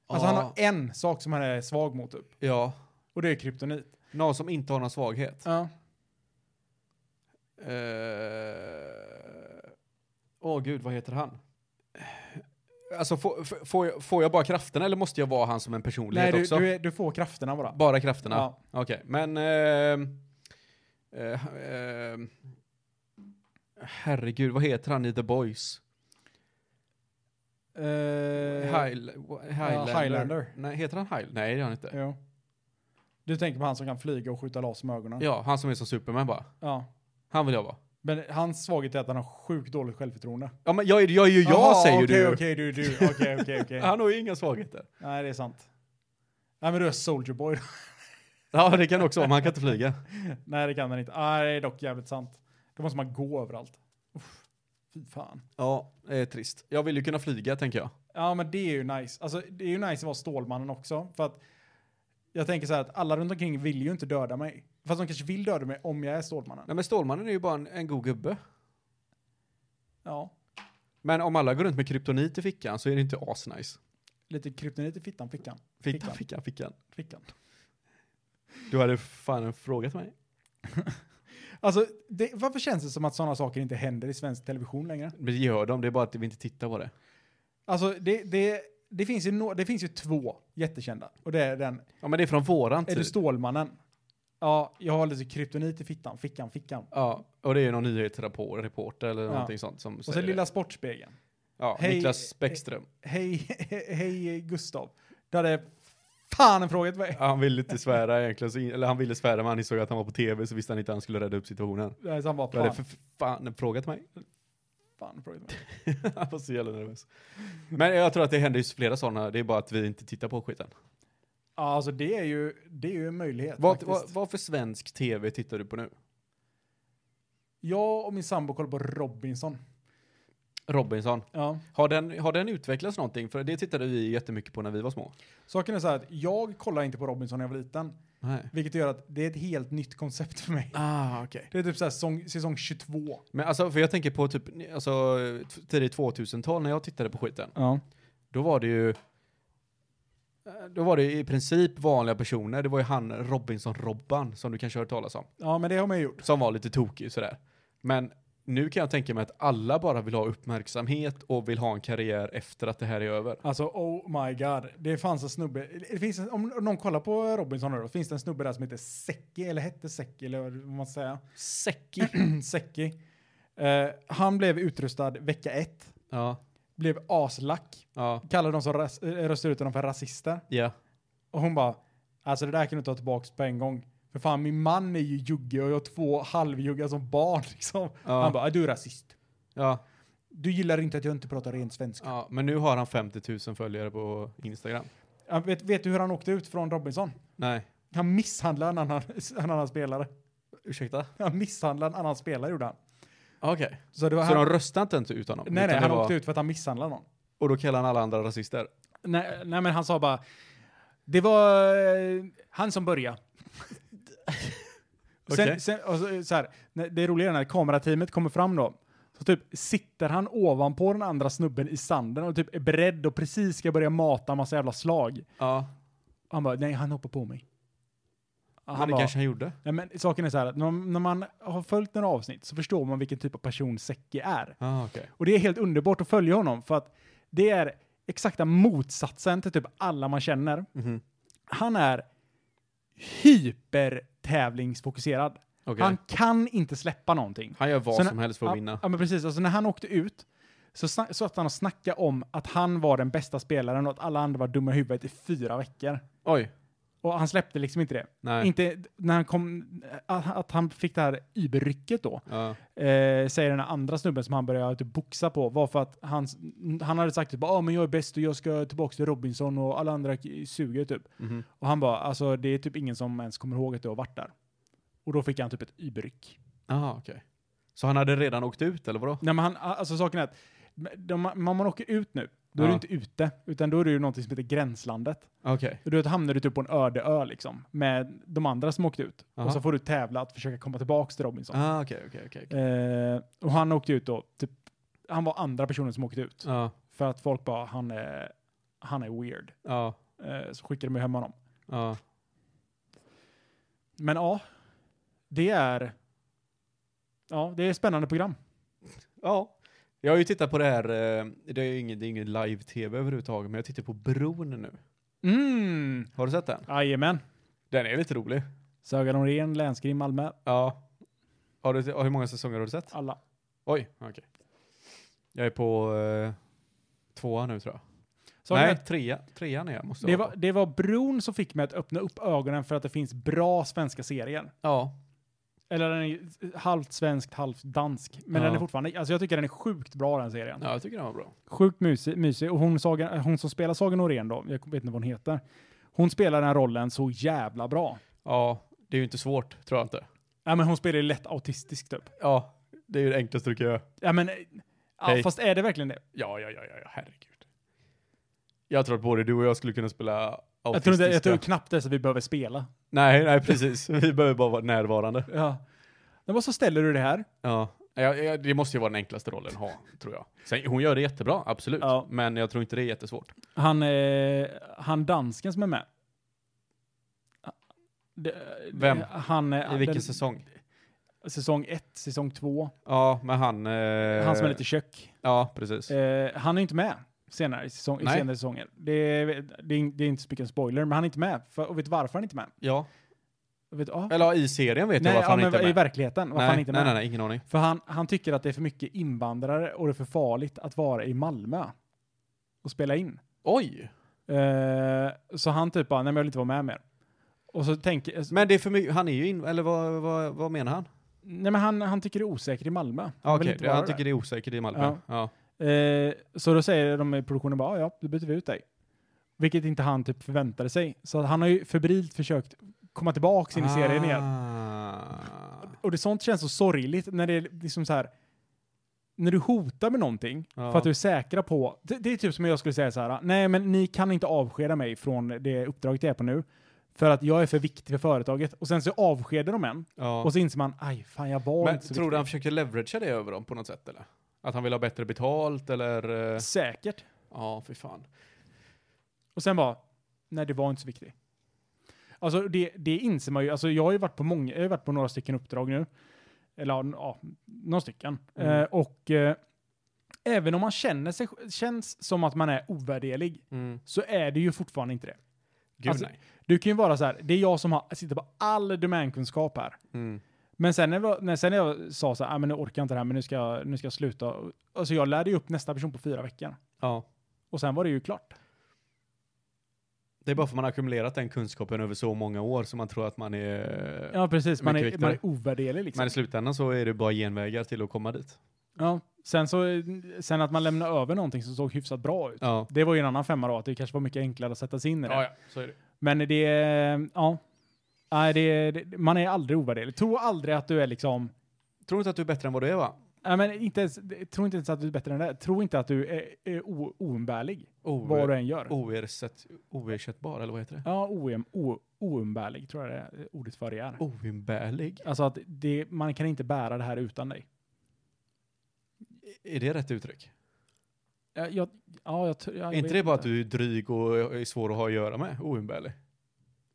S4: Alltså
S3: Ja.
S4: han har en sak som han är svag mot typ.
S3: Ja.
S4: Och det är kryptonit.
S3: Någon som inte har någon svaghet.
S4: Ja.
S3: Eh, Åh gud, vad heter han? Alltså får, f- får, jag, får jag bara krafterna eller måste jag vara han som en
S4: Nej,
S3: personlighet
S4: du,
S3: också?
S4: du, är, du får krafterna bara.
S3: Bara krafterna?
S4: Ja.
S3: Okej, men... ehm, eh, ehm, herregud, vad heter han i The Boys?
S4: Eh,
S3: Heil, wha- Highlander.
S4: Highlander.
S3: Nej, heter han Highlander? Nej, det gör han inte.
S4: Jo. Du tänker på han som kan flyga och skjuta laser med ögonen?
S3: Ja, han som är som Superman bara.
S4: Ja.
S3: Han vill jag vara.
S4: Men hans svaghet är att han har sjukt dåligt självförtroende.
S3: Ja, men jag är jag är ju jag säger
S4: okej,
S3: du.
S4: Okej, du, du. Okej, okej, okej.
S3: Han har ju inga svagheter.
S4: Nej, det är sant. Nej, men du är Soldier Boy.
S3: Ja, det kan också vara, men han kan inte flyga.
S4: Nej, det kan han inte. Nej, det är dock jävligt sant. Då måste man gå överallt. Uff, fy fan.
S3: Ja, det är trist. Jag vill ju kunna flyga, tänker jag.
S4: Ja, men det är ju nice. Alltså, det är ju nice att vara Stålmannen också. För att jag tänker så här att alla runt omkring vill ju inte döda mig. Fast de kanske vill döda mig om jag är Stålmannen.
S3: Nej, men Stålmannen är ju bara en, en god gubbe.
S4: Ja,
S3: Men om alla går runt med kryptonit i fickan så är det inte asnice.
S4: lite kryptonit i fittan, fickan,
S3: Fickan, fickan,
S4: Fickan.
S3: fickan.
S4: fickan.
S3: Du hade fan en fråga till mig.
S4: Alltså, det, varför känns det som att sådana saker inte händer i svensk television längre?
S3: Men det gör de, det är bara att vi inte tittar på det.
S4: Alltså, det, det, det, finns, ju no, det finns ju två jättekända. Och det är den,
S3: Ja, men det är från våran
S4: är
S3: tid.
S4: du Stålmannen? Ja, jag har lite kryptonit i fittan, fickan, fickan.
S3: ja, och det är någon nyhetsrapport, reporter eller
S4: Ja.
S3: någonting sånt som
S4: Och så
S3: säger
S4: Lilla Sportspegeln.
S3: det. Ja,
S4: Hej-
S3: Niklas Bäckström.
S4: Hej, hej Gustav. Du hade fan en fråga till mig.
S3: Ja, Han ville inte svära egentligen, så in, eller han ville svära men han insåg att han var på tv så visste han inte att han skulle rädda upp situationen.
S4: Nej, så han bara,
S3: Du hade
S4: fan,
S3: för fan en fråga till mig.
S4: fan en fråga till mig.
S3: Han var så jävla nervös. Men jag tror att det händer ju flera sådana, det är bara att vi inte tittar på skiten.
S4: Ja, alltså det är ju, det är ju en möjlighet
S3: Vad,
S4: faktiskt.
S3: vad, vad för svensk tv tittar du på nu?
S4: Jag och min sambo kollar på Robinson.
S3: Robinson.
S4: Ja.
S3: Har den, har den utvecklats någonting? För det tittade vi jättemycket på när vi var små.
S4: Saken är så här att jag kollar inte på Robinson när jag var liten.
S3: Nej.
S4: Vilket gör att det är ett helt nytt koncept för mig.
S3: Ah, okej.
S4: Det är typ så här säsong, säsong 22.
S3: Men alltså, för jag tänker på typ, alltså, t- tidigt 2000-tal när jag tittade på skiten.
S4: Ja.
S3: Då var det ju, eh, då var det i princip vanliga personer. Det var ju han Robinson-Robban som du kanske har hört talas om.
S4: Ja, men det har man ju gjort.
S3: Som var lite tokig sådär. Men Nu kan jag tänka mig att alla bara vill ha uppmärksamhet och vill ha en karriär efter att det här är över.
S4: Alltså oh my god, det fanns en snubbe, det finns en, om någon kollar på Robinson nu då, finns det en snubbe där som heter Secki, eller hette Secki eller vad man ska säga.
S3: Säck.
S4: Secki. Eh, han blev utrustad vecka ett,
S3: Ja,
S4: blev aslack,
S3: ja,
S4: kallade de som ras- eh, röstar ut honom för rasister.
S3: ja.
S4: Och hon bara, alltså det där kan du ta tillbaka på en gång. För fan min man är ju jugge och jag har två halvjuggar som barn liksom.
S3: Ja.
S4: Han bara, "Ah, du är rasist.
S3: Ja,
S4: Du gillar inte att jag inte pratar ren svenska.
S3: ja, men nu har han 50 000 följare på Instagram.
S4: Ja, vet, vet du hur han åkte ut från Robinson?
S3: Nej,
S4: Han misshandlade en annan, en annan spelare.
S3: ursäkta?
S4: Han misshandlade en annan spelare gjorde han.
S3: Okej.
S4: Så det var
S3: Så
S4: han,
S3: de röstade inte ens ut honom?
S4: nej,
S3: utan
S4: nej,
S3: det
S4: han
S3: var-
S4: åkte ut för att han misshandlade någon.
S3: Och då kallar han alla andra rasister?
S4: Nej, nej, men han sa bara, det var eh, han som började. sen,
S3: Okej.
S4: sen, och så, så här, när- det roliga är när kamerateamet kommer fram då, så typ sitter han ovanpå den andra snubben i sanden och typ är beredd och precis ska börja mata en massa jävla slag.
S3: Ja,
S4: Han bara, nej han hoppar på mig.
S3: men
S4: Han
S3: det
S4: bara,
S3: kanske han gjorde.
S4: nej, men saken är så här, att när, när man har följt några avsnitt så förstår man vilken typ av person Secki är.
S3: Ja, Ah, okej.
S4: Och det är helt underbart att följa honom för att det är exakta motsatsen till typ alla man känner.
S3: Mhm.
S4: Han är hypertävlingsfokuserad.
S3: Okej.
S4: Han kan inte släppa någonting.
S3: Han gör vad
S4: Så när-
S3: som helst för att
S4: ja,
S3: vinna.
S4: Ja, men precis. Alltså när han åkte ut så sna- satt han och snackade om att han var den bästa spelaren och att alla andra var dumma i huvudet i fyra veckor.
S3: Oj,
S4: Och han släppte liksom inte det.
S3: nej.
S4: Inte när han kom, att, att han fick det här überrycket då
S3: Ja.
S4: eh, säger den här andra snubben som han började typ boxa på var för att han, han hade sagt typ ah, men jag är bäst och jag ska tillbaka till Robinson och alla andra k- suger typ.
S3: Mhm.
S4: Och han bara alltså det är typ ingen som ens kommer ihåg att du har varit där. Och då fick han typ ett überryck.
S3: Aha, okej. Så han hade redan åkt ut eller vadå?
S4: Nej men han, alltså saken är att de, om man åker ut nu, då är
S3: Ja.
S4: du inte ute, utan då är du ju någonting som heter Gränslandet.
S3: Okej.
S4: Och då hamnar du typ på en öde ö liksom, med de andra som åkte ut.
S3: Aha.
S4: Och så får du tävla att försöka komma tillbaka till Robinson.
S3: Ah, okej, okej, okej. okej.
S4: Eh, och han åkte ut då, typ, han var andra personen som åkte ut.
S3: Ja,
S4: För att folk bara, han är, han är weird.
S3: ja,
S4: Eh, så skickade de ju hem honom.
S3: ja.
S4: Men ja, det är, ja, det är ett spännande program.
S3: Ja. Jag har ju tittat på det här, eh, det är ju ingen, det är ingen live-tv överhuvudtaget, men jag tittar på Bron nu.
S4: Mm,
S3: Har du sett den?
S4: jajamän.
S3: Den är lite rolig.
S4: Saga Norén, länskrim Malmö,
S3: Ja. Har du, hur många säsonger har du sett?
S4: alla.
S3: Oj, okej. Jag är på eh, tvåa nu tror jag.
S4: Sagan är
S3: Nej,
S4: att
S3: trea, trean är jag. Måste
S4: det,
S3: jag vara
S4: var, det var Bron som fick mig att öppna upp ögonen för att det finns bra svenska serier.
S3: på. Ja.
S4: Eller den är ju halvt svensk, halvt dansk. Men
S3: Ja.
S4: den är fortfarande, alltså jag tycker den är sjukt bra den serien.
S3: ja, jag tycker den var bra.
S4: Sjukt mysig. mysig. Och hon, Saga, hon som spelar Saga Norén då, jag vet inte vad hon heter, hon spelar den rollen så jävla bra.
S3: Ja, det är ju inte svårt, tror jag inte.
S4: Ja, men hon spelar ju lätt autistisk typ.
S3: Ja, det är ju det enklaste du kan göra.
S4: Ja, men, eh, ja,
S3: Hej.
S4: fast är det verkligen det?
S3: Ja, ja, ja, ja, ja, herregud. Jag tror att både du och jag skulle kunna spela
S4: Jag tror, inte,
S3: autistiska.
S4: jag tror knappt ens att vi behöver spela.
S3: Nej, nej, precis. Vi behöver bara vara närvarande.
S4: Ja. Men vad så ställer du det här?
S3: Ja. Ja, ja, det måste ju vara den enklaste rollen att ha, tror jag. Sen, hon gör det jättebra, absolut.
S4: Ja.
S3: Men jag tror inte det är jättesvårt.
S4: Han, eh, han dansken som är med. Det- eh,
S3: Vem?
S4: det- Han, eh,
S3: I vilken
S4: den-
S3: säsong?
S4: Säsong ett, säsong två.
S3: Ja, men han... Eh...
S4: Han som är lite tjock.
S3: Ja, precis.
S4: Eh, han är inte med senare i, säsong, i
S3: Nej.
S4: senare säsonger. Det är, det, är, det är inte så mycket en spoiler, men han är inte med. För, och vet du varför han är inte med?
S3: Ja.
S4: Och Vet, ah.
S3: Eller ja, i serien vet
S4: nej,
S3: jag varför
S4: ja,
S3: han
S4: men
S3: inte är
S4: I
S3: med.
S4: verkligheten, varför
S3: nej,
S4: han är inte är
S3: nej,
S4: med.
S3: nej, nej, ingen aning.
S4: För han, han tycker att det är för mycket invandrare och det är för farligt att vara i Malmö och spela in.
S3: Oj!
S4: Eh, så han typ bara, nej men jag vill inte vara med mer. Och så tänker,
S3: Men det är för mycket, han är ju in, eller vad, vad, vad menar han?
S4: nej men han, han tycker det är osäkert i Malmö. Han
S3: Ja,
S4: vill
S3: Okej,
S4: inte
S3: det-
S4: vara
S3: han
S4: där.
S3: tycker det är osäkert i Malmö.
S4: Ja.
S3: Ja.
S4: Eh, så då säger de i produktionen bara, "Ja, ja, då byter vi ut dig. Vilket inte han typ förväntade sig. Så att han har ju febrilt försökt komma tillbaka in i serien igen.
S3: Ah.
S4: Och det sånt känns så sorgligt när det är liksom så här. När du hotar med någonting
S3: Ja.
S4: för att du är säkra på. Det, det är typ som jag skulle säga så här. Nej, men ni kan inte avskeda mig från det uppdraget jag är på nu. För att jag är för viktig för företaget. Och sen så avskedar de en.
S3: Ja.
S4: Och så inser man, aj fan jag var
S3: Men
S4: inte så
S3: tror
S4: viktig.
S3: du han försökte leveragea det över dem på något sätt eller? Att han vill ha bättre betalt eller? eh,
S4: Säkert.
S3: Ja, fy fan.
S4: Och sen bara, nej det var inte så viktigt. Alltså det, det inser man ju, alltså jag har ju varit på många, jag har ju varit på några stycken uppdrag nu. Eller ja, n- ja, några stycken.
S3: Mm.
S4: Eh, och eh, även om man känner sig, känns som att man är ovärderlig
S3: Mm.
S4: så är det ju fortfarande inte det.
S3: Gud
S4: Alltså-
S3: nej.
S4: Du kan ju vara så här, det är jag som har, sitter på all domänkunskap här.
S3: Mm.
S4: Men sen när, jag- när, sen när jag sa så här, "Ah, men nu orkar jag inte det här, men nu ska, jag- nu ska jag sluta. Alltså jag lärde ju upp nästa person på fyra veckor.
S3: Ja.
S4: Och sen var det ju klart.
S3: Det är bara för man har ackumulerat den kunskapen över så många år som man tror att man är...
S4: Ja, precis. Man
S3: Mycket
S4: är,
S3: viktigare.
S4: man är ovärderlig liksom.
S3: Men i slutändan så är det bara genvägar till att komma dit.
S4: Ja. Sen, så, sen att man lämnade över någonting som såg hyfsat bra ut.
S3: Ja.
S4: Det var ju en annan femma då, att det kanske var mycket enklare att sätta sig in i det.
S3: Ja, ja, så är det.
S4: Men det, ja. Nej, det, det, man är aldrig ovärderlig. Tro aldrig att du är liksom,
S3: Tror du inte att du är bättre än vad du är va?
S4: nej men inte ens, tro inte ens att du är bättre än det. Tro inte att du är, är o, oumbärlig,
S3: O-
S4: vad du än gör.
S3: Oersätt, oersättbar, eller vad heter det?
S4: Ja, OM, o, oumbärlig tror jag det är ordet för det är.
S3: Oumbärlig?
S4: Alltså att det, man kan inte bära det här utan dig.
S3: Är det rätt uttryck?
S4: Ja, jag, ja, jag, tr- jag
S3: är inte
S4: vet
S3: det bara att du är dryg och är svår att ha att göra med? Oumbärlig?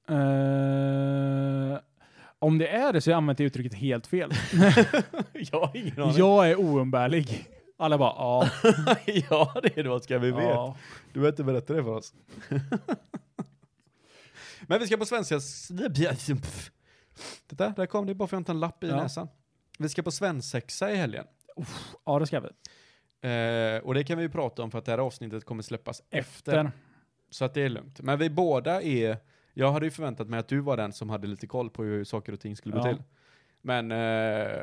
S4: Eh, om det är det så har jag använt det uttrycket helt fel.
S3: jag har ingen
S4: jag är oumbärlig. Alla bara ja.
S3: ja, det är det. Vad ska vi veta?
S4: ja.
S3: Du behöver inte berätta det för oss. Men vi ska på svenska... Titta, där kom det bara för att jag inte har en lapp i
S4: Ja.
S3: näsan. Vi ska på svensexa i helgen.
S4: ja, det ska vi.
S3: Eh, och det kan vi ju prata om för att det här avsnittet kommer släppas efter.
S4: Efter.
S3: Så att det är lugnt. Men vi båda är... Jag hade ju förväntat mig att du var den som hade lite koll på hur saker och ting skulle gå
S4: Ja.
S3: till. Men... Eh,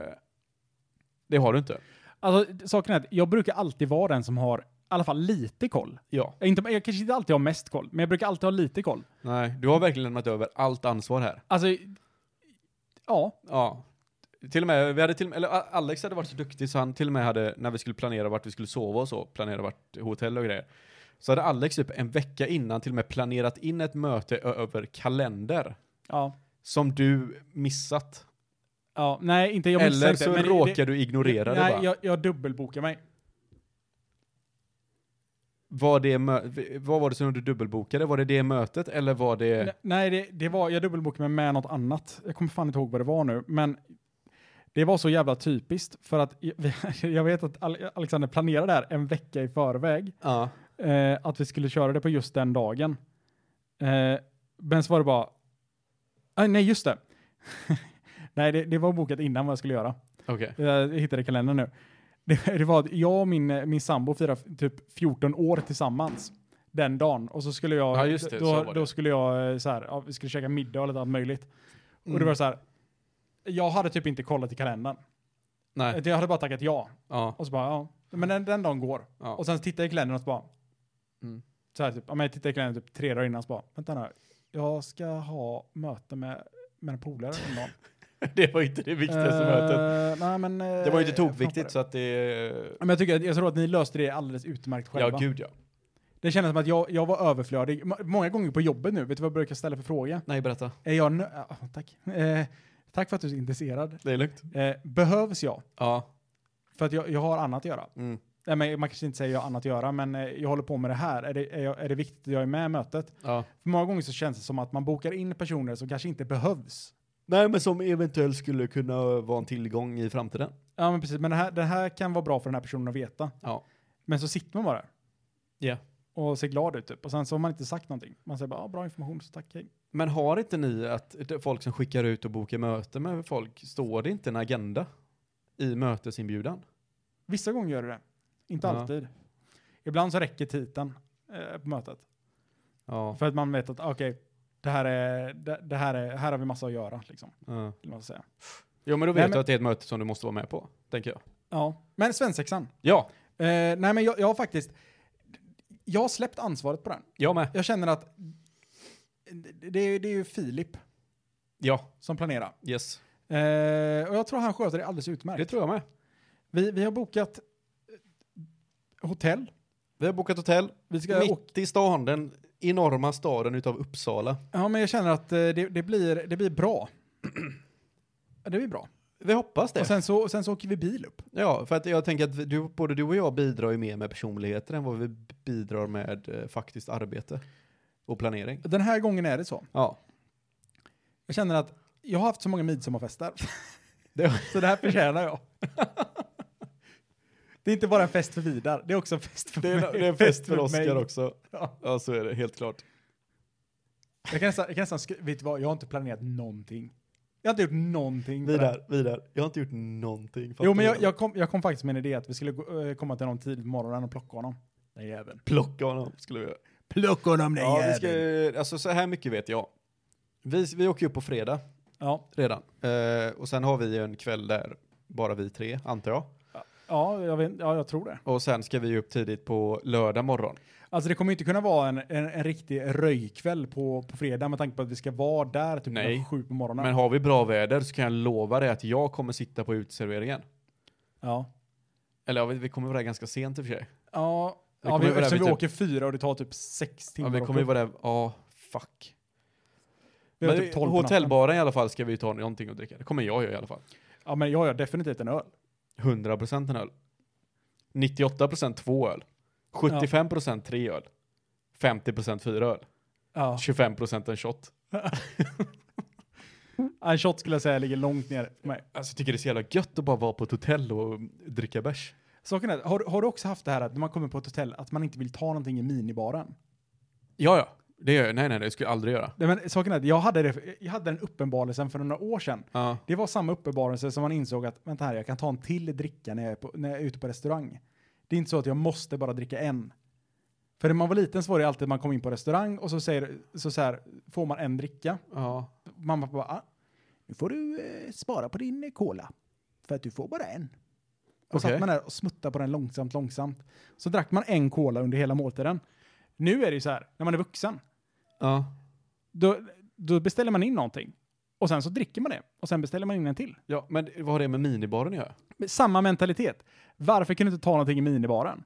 S3: det har du inte.
S4: Alltså, saken är att jag brukar alltid vara den som har i alla fall lite koll.
S3: Ja.
S4: Jag, inte, jag kanske inte alltid har mest koll, men jag brukar alltid ha lite koll.
S3: Nej, du har verkligen lämnat över allt ansvar här.
S4: Alltså, ja.
S3: Ja. Till och med, vi hade till och med, eller A- Alex hade varit så duktig så han till och med hade, när vi skulle planera vart vi skulle sova och så, planera vart hotell och grejer. Så hade Alex typ en vecka innan till och med planerat in ett möte ö- över kalender.
S4: Ja.
S3: Som du missat.
S4: ja. Nej, inte jag missar
S3: eller
S4: inte,
S3: så
S4: men det-
S3: råkar
S4: det-
S3: du ignorera det
S4: Nej,
S3: bara.
S4: jag, jag dubbelbokar mig.
S3: Var det mö- vad var det som du dubbelbokade? Var det det mötet eller var det...
S4: Ne- Nej, det, det var, jag dubbelbokade mig med något annat. Jag kommer fan inte ihåg vad det var nu, men det var så jävla typiskt för att jag, jag vet att Ale- Alexander planerade det här en vecka i förväg,
S3: Ja.
S4: eh, att vi skulle köra det på just den dagen. Eh, men så var det bara, ah, nej just det. nej, det, det var bokat innan vad jag skulle göra.
S3: Okej.
S4: Jag hittade kalendern nu. Det, det var att jag och min, eh, min sambo firade f- typ 14 år tillsammans den dagen. Och så skulle jag,
S3: Ja, just det, så var
S4: då,
S3: det.
S4: då skulle jag eh, så här, ja, vi skulle käka middag eller allt möjligt. Och
S3: Mm.
S4: det var så här, jag hade typ inte kollat i kalendern.
S3: Nej.
S4: Jag hade bara tackat ja.
S3: Ja.
S4: Och så bara, ja. Men den, den dagen går.
S3: Ja.
S4: Och sen tittade jag i kalendern och så bara,
S3: Mm.
S4: så här typ, ja, men jag tittade i kalendern typ tre dagar innan och så bara, vänta nu, jag ska ha möte med, med en polare den dagen.
S3: det var inte det viktigaste
S4: Eh,
S3: mötet.
S4: Nej, men, eh,
S3: Det var ju inte tokviktigt så att det...
S4: Ja, Men jag, tycker, att- jag tror att ni löste det alldeles utmärkt själva.
S3: Ja, gud ja.
S4: det kändes som att jag, jag var överflödig. Ma- Många gånger på jobbet nu, vet du vad jag brukar ställa för fråga?
S3: Nej, berätta.
S4: Är jag nö- ja, Tack. Eh, tack för att du är så intresserad.
S3: Det är lugnt.
S4: Eh, behövs jag?
S3: Ja.
S4: För att jag, jag har annat att göra.
S3: Mm.
S4: Nej, men man kanske inte säger jag har annat att göra, men eh, jag håller på med det här. Är det, är, jag, är det viktigt att jag är med i mötet?
S3: Ja.
S4: För många gånger så känns det som att man bokar in personer som kanske inte behövs.
S3: Nej, men som eventuellt skulle kunna vara en tillgång i framtiden.
S4: Ja, men precis. Men det här, det här kan vara bra för den här personen att veta.
S3: Ja.
S4: Men så sitter man bara där.
S3: Ja.
S4: Och ser glad ut typ. Och sen så har man inte sagt någonting. Man säger bara, ah, bra information, så tack, hej.
S3: Men har inte ni att det- folk som skickar ut och bokar möten med folk, står det inte en agenda i mötesinbjudan?
S4: Vissa gånger gör det det. Inte
S3: Ja.
S4: alltid. Ibland så räcker titeln eh, på mötet.
S3: Ja.
S4: För att man vet att, ah, okej, det här är, det, det här är, här har vi massa att göra liksom.
S3: ja.
S4: Eller vad man ska säga.
S3: Jo, men då vet
S4: Nej, men-
S3: du att det är ett möte som du måste vara med på, tänker jag.
S4: Ja, men svensexan.
S3: Ja,
S4: Eh, nej men jag, jag har faktiskt, jag har släppt ansvaret på den.
S3: jag med.
S4: Jag känner att det, det, är, ju- det är ju Filip
S3: Ja,
S4: som planerar.
S3: yes.
S4: Eh, och jag tror han sköter det alldeles
S3: Det
S4: utmärkt.
S3: tror jag med.
S4: Vi, vi har bokat eh, hotell.
S3: Vi har bokat hotell,
S4: Vi ska
S3: mitt
S4: åka.
S3: i stan, den enorma staden utav Uppsala.
S4: Ja, men jag känner att eh, det, det, blir, det blir bra. Ja, det blir bra.
S3: Vi hoppas det.
S4: Och sen så, sen så åker vi bil upp.
S3: Ja, för att jag tänker att vi- du, både du och jag bidrar ju mer med personligheter än vad vi b- bidrar med eh, faktiskt arbete och planering.
S4: Den här gången är det så.
S3: Ja,
S4: Jag känner att jag har haft så många midsommarfester. Det, så det här förtjänar jag. det är inte bara en fest för Vidar, det är också en fest för
S3: Det
S4: mig.
S3: är, det är en fest för
S4: mig.
S3: Oscar också.
S4: Ja.
S3: Ja, så är det, helt klart.
S4: Jag kan nästan, jag kan nästan skri- vet du vad, jag har inte planerat någonting. Jag har inte gjort någonting. på det här.
S3: Vidar, Vidar, jag har inte gjort någonting.
S4: Jo, men jag, jag, kom, jag kom faktiskt med en idé att vi skulle gå- eh, komma till någon tid på morgonen och plocka honom. Den jäveln.
S3: Plocka honom, skulle vi göra.
S4: Plocka honom den
S3: Ja, vi ska, alltså så här mycket vet jag. Vi, vi åker ju upp på fredag
S4: Ja,
S3: redan. Eh, och sen har vi en kväll där, bara vi tre, antar jag.
S4: ja, jag vet, ja, jag tror det.
S3: Och sen ska vi upp tidigt på lördag morgon.
S4: Alltså det kommer ju inte kunna vara en, en, en riktig röjkväll på, på fredag med tanke på att vi ska vara där typ
S3: Nej.
S4: klockan sju på morgonen.
S3: Men har vi bra väder så kan jag lova dig att jag kommer sitta på uteserveringen.
S4: ja.
S3: Eller ja, vi, vi kommer vara där ganska sent i och för sig.
S4: Ja,
S3: Vi
S4: ja
S3: kommer
S4: vi,
S3: ju vara där
S4: eftersom vi
S3: vid typ-
S4: åker fyra och det tar typ sex
S3: Ja,
S4: timmar.
S3: vi
S4: att
S3: kommer ju
S4: åka upp.
S3: vara där, ja, fuck.
S4: Vi har
S3: Men
S4: typ tolv på natten.
S3: hotellbaren i alla fall ska vi ta någonting att dricka. Det kommer jag göra i alla fall.
S4: Ja, men jag gör definitivt en öl.
S3: 100% en öl. 98% två öl. 75% tre öl. 50% fyra öl.
S4: Ja.
S3: 25% en shot.
S4: En shot skulle jag säga ligger långt ner för mig.
S3: Alltså jag tycker det är så jävla gött att bara vara på ett hotell och dricka bärs.
S4: Saken är, har, har du också haft det här att när man kommer på ett hotell att man inte vill ta någonting i minibaren?
S3: Ja, ja. Det gör jag. Nej, nej, det skulle jag aldrig göra.
S4: Nej, men saken är, att jag hade, det, jag hade den uppenbarelsen för några år sedan.
S3: Ja.
S4: Det var samma uppenbarelse som man insåg att vänta här, jag kan ta en till dricka när jag, är på, när jag är ute på restaurang. Det är inte så att jag måste bara dricka en. För när man var liten så var det alltid att man kom in på restaurang och så, säger, så, så här, får man en dricka.
S3: ja.
S4: Mamma bara, ah, nu får du eh, spara på din eh, cola. För att du får bara en. Och satt
S3: Okej.
S4: man där och smuttade på den långsamt, långsamt. Så drack man en cola under hela måltiden. Nu är det ju så här, när man är vuxen,
S3: Ja.
S4: då, då beställer man in någonting. Och sen så dricker man det. Och sen beställer man in en till.
S3: Ja, men vad har det med minibaren att göra?
S4: Men Samma mentalitet. Varför kan du inte ta någonting i minibaren?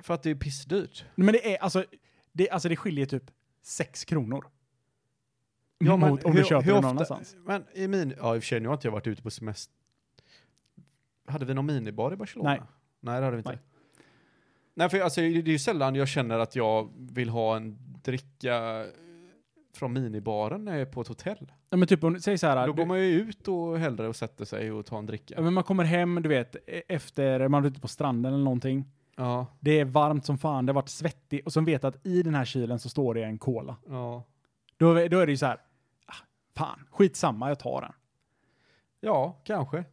S3: För att det är pissdyrt.
S4: Men det är alltså, det, alltså det skiljer typ 6 kronor.
S3: Ja, men
S4: Mot om du
S3: hur-
S4: köper
S3: hur
S4: det någon
S3: ofta-
S4: annanstans.
S3: Men i min... Ja, i och för sig, nu har inte jag varit ute på semester. Hade vi någon minibar i Barcelona?
S4: Nej.
S3: Nej, det hade vi inte.
S4: Nej.
S3: Nej, för alltså, det är ju sällan jag känner att jag vill ha en dricka från minibaren när jag är på ett hotell.
S4: Ja, men typ, om du- säg så här.
S3: Då
S4: du,
S3: går man ju ut och hellre och sätter sig och tar en
S4: ja,
S3: dricka.
S4: men man kommer hem, du vet, e- efter man har varit ute på stranden eller någonting.
S3: Ja,
S4: Det är varmt som fan, det har varit svettigt och som vet att i den här kylen så står det en cola.
S3: ja.
S4: Då, är- då är det ju så här, ah, fan, skitsamma, jag tar den.
S3: Ja, kanske.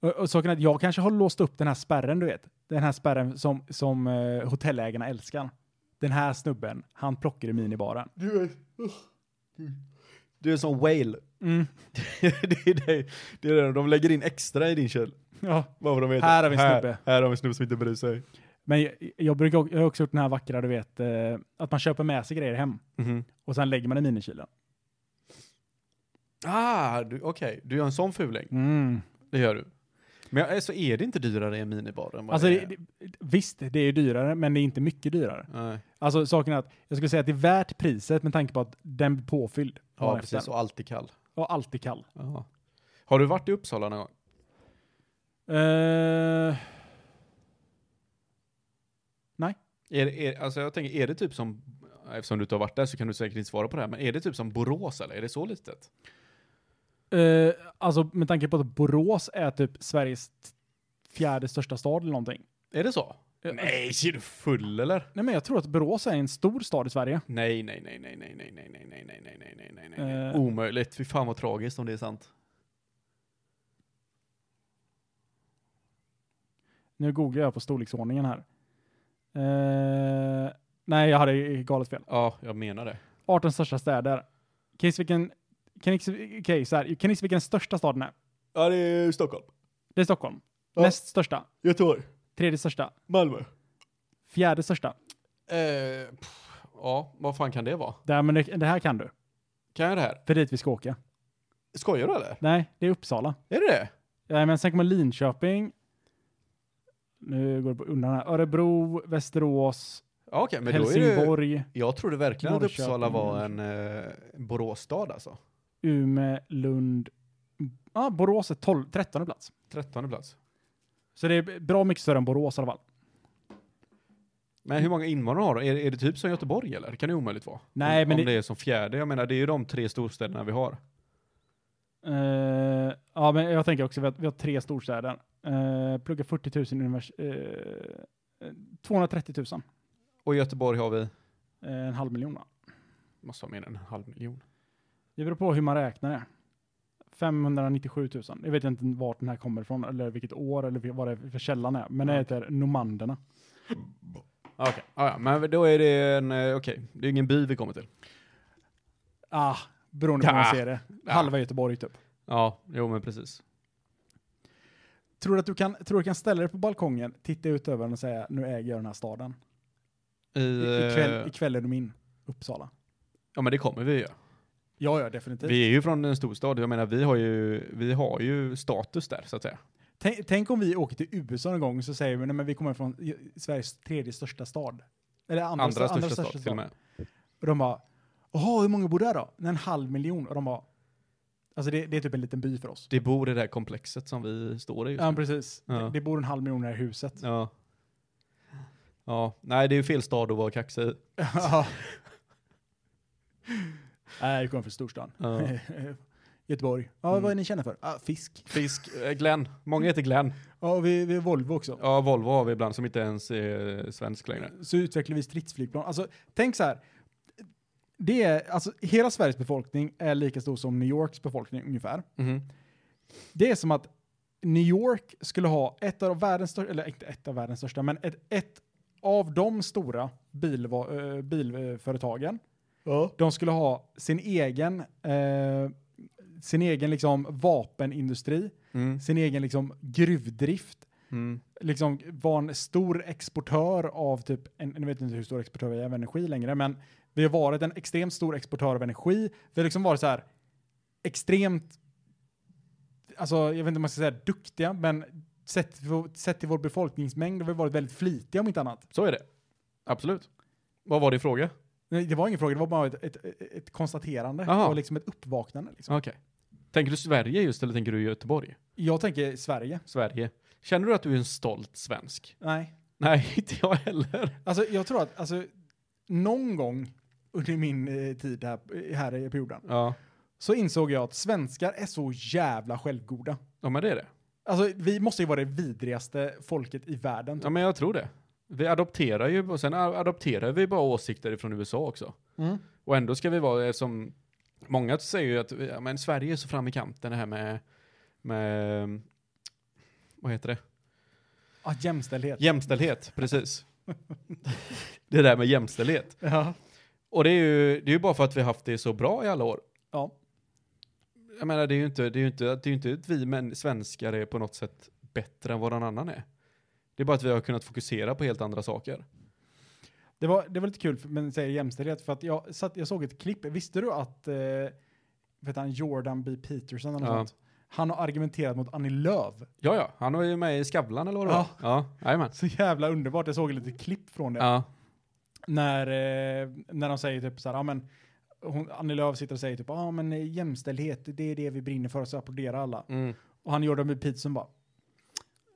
S4: Och, och saken är att jag kanske har låst upp den här spärren, du vet. Den här spärren som, som eh, hotellägarna älskar. Den här snubben, han plockar i minibaren.
S3: Du är... Du är en sån whale.
S4: Mm.
S3: det, är det, det är det. De lägger in extra i din köl.
S4: Ja.
S3: Vad de vet.
S4: Här har vi en snubbe.
S3: Här, här har vi en snubbe som inte bryr sig.
S4: Men jag, jag, brukar, jag har också gjort den här vackra, du vet, eh, att man köper med sig grejer hem och sen lägger man i minikylen.
S3: Ah, du- okej. Du gör en sån fuling. Det gör du. Men jag- så är det inte dyrare i en minibar än vad
S4: Alltså,
S3: det
S4: det,
S3: är?
S4: det, visst, det är ju dyrare, men det är inte mycket dyrare.
S3: Nej.
S4: Alltså saken är att jag skulle säga att det är värt priset med tanke på att den blir påfylld.
S3: Ja,
S4: dagen
S3: precis.
S4: efter.
S3: Och alltid kall.
S4: Och alltid kall.
S3: Ja. Har du varit i Uppsala någon gång?
S4: Eh,
S3: Är, det- är, alltså jag tänker, är det typ som, eftersom du inte har varit där så kan du säkert inte svara på det här, men är det typ som Borås eller? Är det så litet?
S4: eh, alltså med tanke på att Borås är typ Sveriges t- fjärde största stad eller någonting.
S3: Är det så?
S4: Eh,
S3: Nej, är du full eller?
S4: Nej men jag tror att Borås är en stor stad i Sverige.
S3: Nej, nej, nej, nej, nej, nej, nej, nej, nej, nej, nej, nej, nej, nej, nej,
S4: Eh.
S3: nej. Omöjligt. Fy fan vad tragiskt om det är sant.
S4: Nu googlar jag på storleksordningen här. Eh, nej, jag hade ju galet fel.
S3: Ja, jag menar det.
S4: 18 största städer. Kan gissa vilken- kan gissa- Okej, så här. Kan ni gissa vilken den största staden är?
S3: Ja, det är Stockholm.
S4: Det är Stockholm.
S3: Ja.
S4: Näst största.
S3: Göteborg.
S4: Tredje största.
S3: Malmö.
S4: Fjärde största.
S3: Eh, pff, ja, vad fan kan det vara?
S4: Där, men det, det här kan du.
S3: Kan jag det här?
S4: För dit vi ska åka.
S3: Skojar du eller?
S4: Nej, det är Uppsala.
S3: Är det det?
S4: Nej, men sen kommer Linköping. Nu går det undan här. Örebro, Västerås,
S3: Ja, okej, men då är
S4: Helsingborg,
S3: det... Jag trodde verkligen att
S4: Norrköping,
S3: Uppsala var en eh, Boråsstad alltså.
S4: Umeå, Lund. Ja, Borås är 12, 13 plats.
S3: Trettonde plats.
S4: Så det är bra mycket större än Borås i alla fall.
S3: Men hur många invånare har de? Är, är det typ som Göteborg eller? Det kan det omöjligt vara.
S4: Nej,
S3: om,
S4: men
S3: om
S4: det-
S3: det är som fjärde. Jag menar, det är ju de tre storstäderna vi har.
S4: Eh, ja, men jag tänker också, vi har, vi har tre storstäder. Uh, plugga 40 000 univers... eh, eh, 230 000.
S3: Och i Göteborg har vi,
S4: Eh, en halv miljon va?
S3: måste ha mer än en halv miljon.
S4: Det beror på hur man räknar det. 597 000. Jag vet inte vart den här kommer ifrån, eller vilket år, eller vad det är för källan är. Men det heter Nomanderna.
S3: Okej, ah, ja, men då är det en, eh, okej, det är ingen by vi kommer till.
S4: Ah, beroende på hur man
S3: Ja.
S4: ser det.
S3: Ja.
S4: Halva Göteborg typ.
S3: Ja, jo men precis.
S4: Tror du att du kan, tror du kan ställa dig på balkongen, titta ut över den och säga nu äger jag den här staden.
S3: I,
S4: I, ikväll,
S3: eh,
S4: ikväll är du min. Uppsala.
S3: Ja men det kommer vi göra.
S4: Ja, ja, definitivt.
S3: Vi är ju från en storstad, jag menar vi har ju, vi har ju status där så att säga.
S4: Tänk, tänk om vi åker till USA en gång så säger vi nej men vi kommer från i- Sveriges tredje största stad. Eller andra,
S3: Andra,
S4: sta-
S3: största, stad till och med.
S4: Och de bara, jaha hur många bor där då? Nej, En halv miljon. Och de bara, alltså det, det är typ en liten by för oss.
S3: Det bor i det här komplexet som vi står i just
S4: Ja
S3: nu.
S4: precis.
S3: Ja.
S4: Det, det bor en halv miljon i det här huset.
S3: Ja. Ja, nej det är ju fel stad att vara kaxig i.
S4: Ja. Nej, jag kommer från storstan.
S3: Ja.
S4: Göteborg. Ja,
S3: Mm.
S4: vad är ni kända för? Ah, fisk.
S3: Fisk, eh, Glenn. Många heter Glenn.
S4: Ja, och vi, vi är Volvo också.
S3: Ja, Volvo har vi ibland som inte ens är eh, svensk längre.
S4: så utvecklar vi stridsflygplan. Alltså, tänk så här. Det är, alltså, hela Sveriges befolkning är lika stor som New Yorks befolkning ungefär.
S3: Mm-hmm.
S4: Det är som att New York skulle ha ett av världens största, eller inte ett av världens största, men ett, ett av de stora bilva, eh, bilföretagen. De skulle ha sin egen, eh, sin egen liksom vapenindustri,
S3: Mm.
S4: sin egen liksom gruvdrift
S3: Mm.
S4: liksom var en stor exportör av typ, en, jag vet inte hur stor exportör vi är av energi längre, men vi har varit en extremt stor exportör av energi. Vi har liksom varit så här extremt, alltså jag vet inte om man ska säga duktiga, men sett, till vår- sett till vår befolkningsmängd har vi varit väldigt flitiga om inte annat.
S3: Så är det. Absolut. Vad var din fråga?
S4: Nej, Det var ingen fråga, det var bara ett, ett, ett konstaterande
S3: Jaha.
S4: och liksom ett uppvaknande. Liksom.
S3: Okej. Tänker du Sverige just eller tänker du Göteborg?
S4: Jag tänker Sverige.
S3: Sverige. Känner du att du är en stolt svensk?
S4: Nej.
S3: Nej, inte jag heller.
S4: Alltså jag tror att, alltså, någon gång under min eh, tid här, här på jorden
S3: Ja,
S4: så insåg jag att svenskar är så jävla självgoda.
S3: ja men det är det.
S4: Alltså, vi måste ju vara det vidrigaste folket i världen. typ.
S3: Ja, men jag tror det. Vi adopterar ju, och sen a- adopterar vi bara åsikter från USA också.
S4: Mm.
S3: Och ändå ska vi vara, eh, som många säger ju att ja, men Sverige är så fram i kanten det här med, med, vad heter det?
S4: Ja, jämställdhet.
S3: Jämställdhet, precis. det där med jämställdhet.
S4: Ja.
S3: Och det är ju, det är ju bara för att vi har haft det så bra i alla år.
S4: Ja.
S3: Jag menar, det är ju inte, det är ju inte, det är ju inte att vi män, svenskar är på något sätt bättre än vad någon annan är. Det är bara att vi har kunnat fokusera på helt andra saker.
S4: Det, var, det var lite kul, för- men säger jämställdhet, för att jag, satt, jag såg ett klipp. Visste du att eh, vet han, Jordan B. Peterson eller något
S3: Ja.
S4: sånt? Han har argumenterat mot Annie Lööf.
S3: Ja, ja, han var ju med i Skavlan eller vad det
S4: Ja.
S3: var. Ja, jajamän.
S4: Så jävla underbart. Jag såg ett litet klipp från det.
S3: Ja,
S4: När, eh, när de säger typ så här, ja men hon, Annie Lööf sitter och säger typ, ja men eh, jämställdhet, det är det vi brinner för, så applåderar alla.
S3: mm.
S4: Och han gjorde med pizzan bara.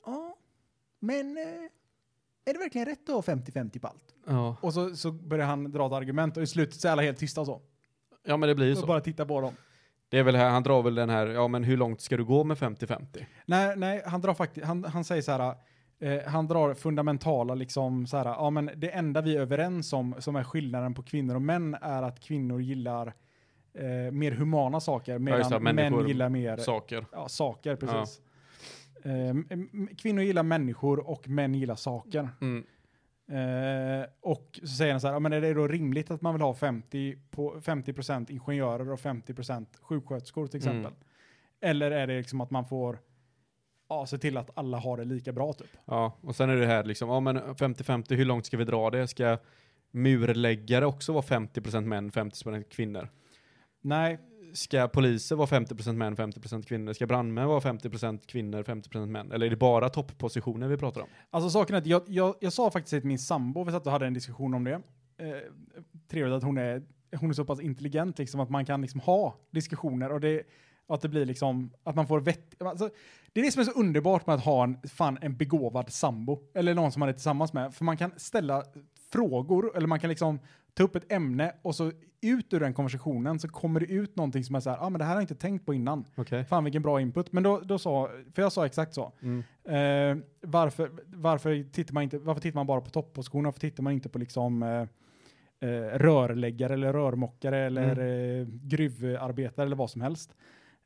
S4: Ja, men eh, är det verkligen rätt att ha 50-50 på allt?
S3: ja.
S4: Och så, så börjar han dra ett argument och i slutet så är alla helt tysta och så.
S3: ja men det blir ju
S4: Och
S3: så.
S4: bara titta på dem.
S3: Det är väl här, han drar väl den här, ja men hur långt ska du gå med 50-50?
S4: Nej, nej, han drar faktiskt, han, han säger så här, eh, han drar fundamentala liksom så här, ja men det enda vi är överens om som är skillnaden på kvinnor och män är att kvinnor gillar eh, mer humana saker medan
S3: just det,
S4: män
S3: människor-
S4: gillar mer
S3: Saker.
S4: ja, saker, precis. Eh, m- m- kvinnor gillar människor och män gillar saker.
S3: Mm.
S4: Eh, och så säger han så här, "Ja, men är det då rimligt att man vill ha 50 på 50 ingenjörer och 50 sjuksköterskor till exempel? Eller är det liksom att man får ja, se till att alla har det lika bra typ?
S3: Ja, och sen är det här liksom, ja men 50-50, hur långt ska vi dra det? Ska murläggare också vara 50% män, 50% kvinnor?
S4: Nej,
S3: Ska poliser vara 50% män, 50% kvinnor? Ska brandmän vara 50% kvinnor, 50% män? Eller är det bara topppositioner vi pratar om?
S4: alltså saken är att jag, jag, jag sa faktiskt till min sambo, vi satt och hade en diskussion om det. Eh, trevligt att hon är, hon är så pass intelligent liksom att man kan liksom ha diskussioner och det att det blir liksom, att man får vett... Alltså, det är det som är så underbart med att ha en, fan, en begåvad sambo, eller någon som man är tillsammans med, för man kan ställa frågor, eller man kan liksom ta upp ett ämne och så ut ur den konversationen så kommer det ut någonting som är så här, ah, men det här har jag inte tänkt på innan.
S3: Okej.
S4: Fan vilken bra input. Men då, då sa, för jag sa exakt så.
S3: Mm.
S4: Eh, varför, varför, tittar man inte, varför tittar man bara på toppposition? Varför tittar man inte på liksom eh, eh, rörläggare eller rörmockare eller eh, gruvarbetare eller vad som helst?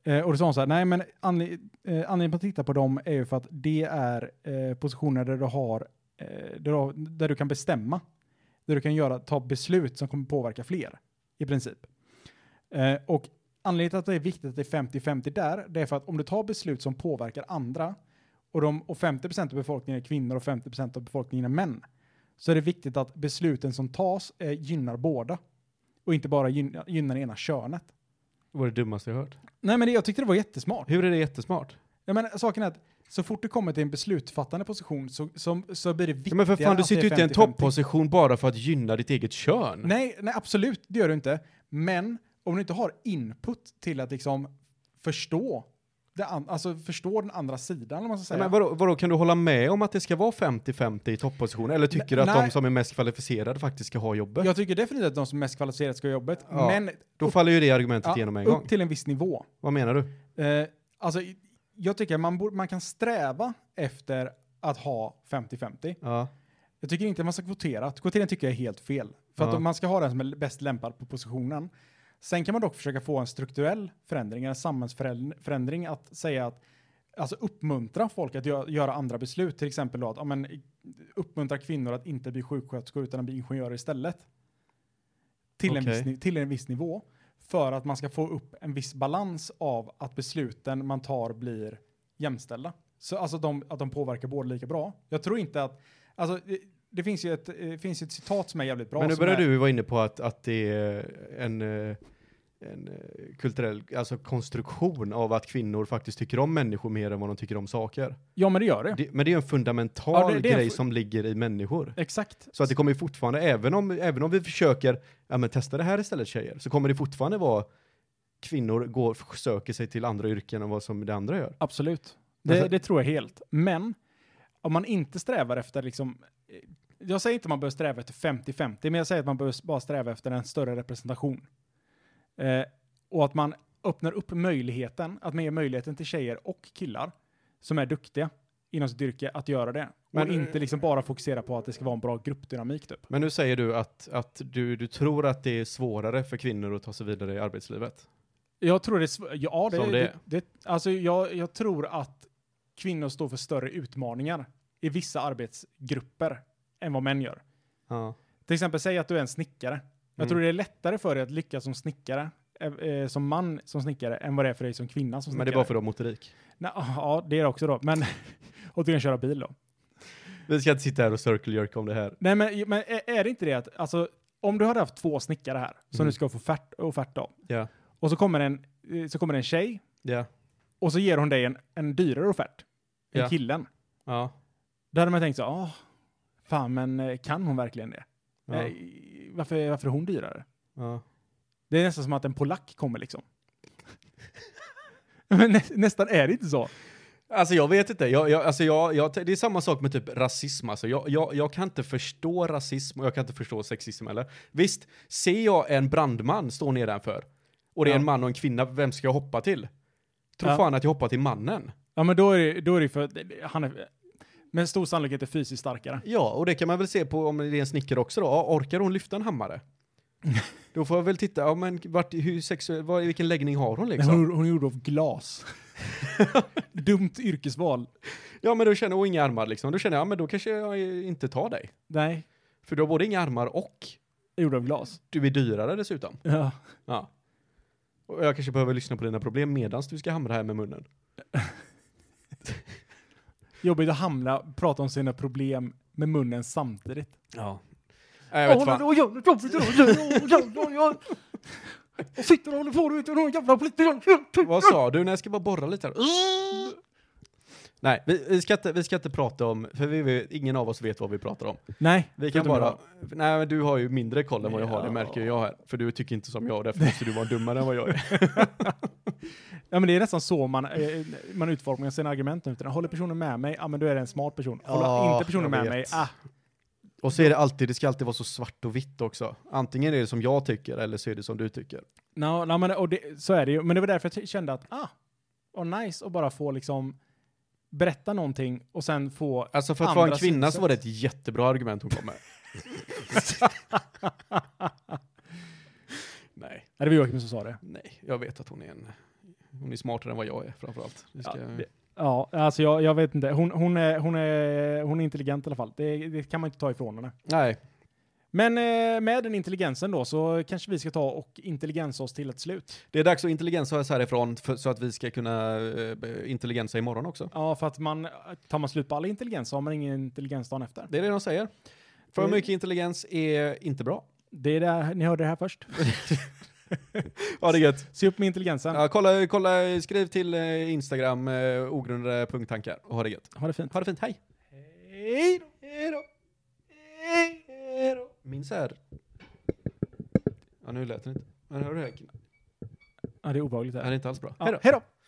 S4: Eh, och då sa hon så här, nej men anle- eh, anledningen på att titta på dem är ju för att det är eh, positioner där du har, eh, där, du har där du kan bestämma. Där du kan göra, ta beslut som kommer påverka fler i princip. Eh, och anledningen till att det är viktigt att det är 50-50 där, det är för att om du tar beslut som påverkar andra och, de, och 50% av befolkningen är kvinnor och 50% av befolkningen är män, så är det viktigt att besluten som tas eh, gynnar båda och inte bara gynnar, gynnar ena könet.
S3: Det var det dummaste jag hört.
S4: Nej men det, jag tyckte det var jättesmart.
S3: Hur är det jättesmart?
S4: Jag menar, saken är att så fort du kommer till en beslutsfattande position så, som, så blir det viktigare
S3: Ja, men för fan, du
S4: att det
S3: sitter
S4: är
S3: ju inte i en
S4: 50-50.
S3: topposition bara för att gynna ditt eget kön.
S4: Nej, nej, absolut, det gör du inte. Men om du inte har input till att liksom förstå, det an- alltså förstå den andra sidan, om man ska
S3: Ja,
S4: säga.
S3: Men vadå, vadå, kan du hålla med om att det ska vara 50-50 i topposition? Eller tycker du att
S4: Nej.
S3: de som är mest kvalificerade faktiskt ska ha jobbet?
S4: jag tycker definitivt att de som är mest kvalificerade ska ha jobbet,
S3: Ja,
S4: men
S3: Då
S4: upp-
S3: faller ju det argumentet
S4: ja,
S3: igenom en gång.
S4: upp till en viss nivå.
S3: Vad menar du?
S4: Eh, alltså, jag tycker man, borde, man kan sträva efter att ha 50-50.
S3: Ja.
S4: Jag tycker inte man ska kvotera. Kvotering tycker jag är helt fel. För att
S3: Ja.
S4: om man ska ha den som är bäst lämpad på positionen. Sen kan man dock försöka få en strukturell förändring, en samhällsförändring att säga att alltså uppmuntra folk att gö- göra andra beslut. Till exempel då att ja, men, uppmuntra kvinnor att inte bli sjuksköterskor utan att bli ingenjörer istället. Till, en
S3: Okej.
S4: viss, ni- till en viss nivå. För att man ska få upp en viss balans av att besluten man tar blir jämställda. Så alltså de, att de påverkar båda lika bra. Jag tror inte att, alltså det, det finns ju ett, eh, finns ju ett citat som är jävligt bra.
S3: Men nu
S4: som
S3: börjar
S4: är,
S3: du vara inne på att, att det är en, eh, en eh, kulturell alltså konstruktion av att kvinnor faktiskt tycker om människor mer än vad de tycker om saker.
S4: Ja men det gör det.
S3: Det, men det är en fundamental
S4: Ja, det- det är en
S3: grej
S4: fu-
S3: som ligger i människor.
S4: Exakt.
S3: Så att det kommer ju fortfarande, även om, även om vi försöker ja, men testa det här istället tjejer, så kommer det fortfarande vara kvinnor går, söker sig till andra yrken än vad som det andra gör.
S4: Absolut.
S3: Men
S4: Det,
S3: sen-
S4: det tror jag helt. Men om man inte strävar efter liksom, eh, jag säger inte att man behöver sträva efter 50-50, men jag säger att man behöver s- bara sträva efter en större representation. Eh, och att man öppnar upp möjligheten, att man ger möjligheten till tjejer och killar som är duktiga inom sitt yrke att göra det.
S3: Men-
S4: och inte liksom bara fokusera på att det ska vara en bra gruppdynamik typ.
S3: Men nu säger du att, att du, du tror att det är svårare för kvinnor att ta sig vidare i arbetslivet.
S4: Jag tror det, är sv- ja det,
S3: Som det är.
S4: det, det alltså jag, jag tror att kvinnor står för större utmaningar i vissa arbetsgrupper än vad män gör.
S3: Ja.
S4: Till exempel säg att du är en snickare. Jag
S3: Mm.
S4: tror det är lättare för dig att lyckas som snickare, eh, eh, som man som snickare, än vad det är för dig som kvinna som snickare.
S3: Men det är bara för att de har motorik.
S4: Nej, ja, det är det också då. Men, och du kan köra bil då.
S3: Vi ska inte sitta här och circle jerk om det här.
S4: Nej, men, men är- är det inte det att, alltså, om du hade haft två snickare här, som
S3: Mm.
S4: du ska få offert, offert av,
S3: Ja.
S4: och så kommer, en, eh, så kommer en tjej,
S3: Ja.
S4: och så ger hon dig en, en dyrare offert än
S3: Ja.
S4: killen.
S3: Ja.
S4: Då hade man tänkt så, ah, fan men eh, kan hon verkligen det?
S3: Ja.
S4: Eh, varför, varför är hon dyrare?
S3: ja.
S4: Det är nästan som att en polack kommer liksom. men nä, nästan är det inte så.
S3: Alltså jag vet inte, jag, jag, alltså jag, jag, det är samma sak med typ rasism alltså. Jag, jag, jag kan inte förstå rasism och jag kan inte förstå sexism heller. Visst, ser jag en brandman stå nedanför och det är
S4: Ja.
S3: en man och en kvinna, vem ska jag hoppa till? Tror
S4: Ja.
S3: fan att jag hoppar till mannen.
S4: Ja men då är det, då är det för att eh, han är med stor sannolikhet är fysiskt starkare.
S3: Ja, och det kan man väl se på om det är en snickare också då. Ja, orkar hon lyfta en hammare? Då får jag väl titta, ja men vart, hur sexuell, vad, vilken läggning har hon liksom?
S4: Hon, hon är gjord av glas. Dumt yrkesval.
S3: Ja men då känner hon inga armar liksom. Då känner jag, ja men då kanske jag eh, inte tar dig.
S4: Nej,
S3: För du har både inga armar och
S4: gjord av glas.
S3: du är dyrare dessutom.
S4: Ja.
S3: Ja. Och jag kanske behöver lyssna på dina problem medans du ska hamra här med munnen.
S4: Jobbigt att hamna, prata om sina problem med munnen samtidigt.
S3: Ja. Nej, jag vet fan.
S5: och gör Och sitter och håller på ute i någon jävla politik.
S3: Vad sa du? när jag ska bara borra lite här. Nej, vi, vi, ska inte, vi ska inte prata om, för vi, vet- ingen av oss vet vad vi pratar om.
S4: Nej,
S3: Vi kan
S4: förutom
S3: bara,
S4: jag.
S3: nej men du har ju mindre koll än vad jag har, det
S4: Ja.
S3: märker jag här. För du tycker inte som jag, därför måste du vara dummare än vad jag är.
S4: Ja men det är nästan så man, eh, man utformar sina argument nu. Utan, Håller personen med mig? Ja men då är det en smart person. Håller
S3: Ja,
S4: inte personen
S3: jag
S4: med
S3: vet.
S4: mig? Ah,
S3: Och så är det alltid, det ska alltid vara så svart och vitt också. Antingen är det som jag tycker eller så är det som du tycker.
S4: No, no, men, och det, så är det ju. Men det var därför jag t- kände att, ah, och nice att bara få liksom berätta någonting och sen få...
S3: Alltså för att vara en
S4: Andra
S3: kvinna så
S4: synsätt.
S3: var det ett jättebra argument hon kom med. nej,
S4: Nej, det var Joakim som sa det.
S3: nej, jag vet att hon är en, hon är smartare än vad jag är framförallt. Vi
S4: Ja,
S3: ska,
S4: det- Ja, alltså jag, jag vet inte. Hon, hon, är, hon, är, hon är intelligent i alla fall. Det, det kan man inte ta ifrån henne.
S3: Nej,
S4: Men eh, med den intelligensen då så kanske vi ska ta och intelligensa oss till ett slut.
S3: det är dags att intelligensa oss härifrån för, så att vi ska kunna eh, be- intelligensa imorgon också.
S4: Ja, för att man, tar man slut på all intelligens så har man ingen intelligens dagen efter.
S3: Det är det de säger. För
S4: Det-
S3: mycket intelligens är inte bra.
S4: Det är där ni hörde det här först.
S3: Ja, det är gött.
S4: Se upp med intelligensen.
S3: Ja, kolla, kolla, skriv till eh, Instagram, eh, ogrundade punkttankar och ha det gött.
S4: Ha det fint.
S3: Ha det fint, hej!
S5: Hej då! Hej då! Hej då!
S3: Min så här... Ja, nu lät den inte. Men hör du det? här?
S4: Ja, det är obehagligt det
S3: Det här
S4: här.
S3: är inte alls bra.
S4: Ja,
S3: Hej då!
S4: Hej då!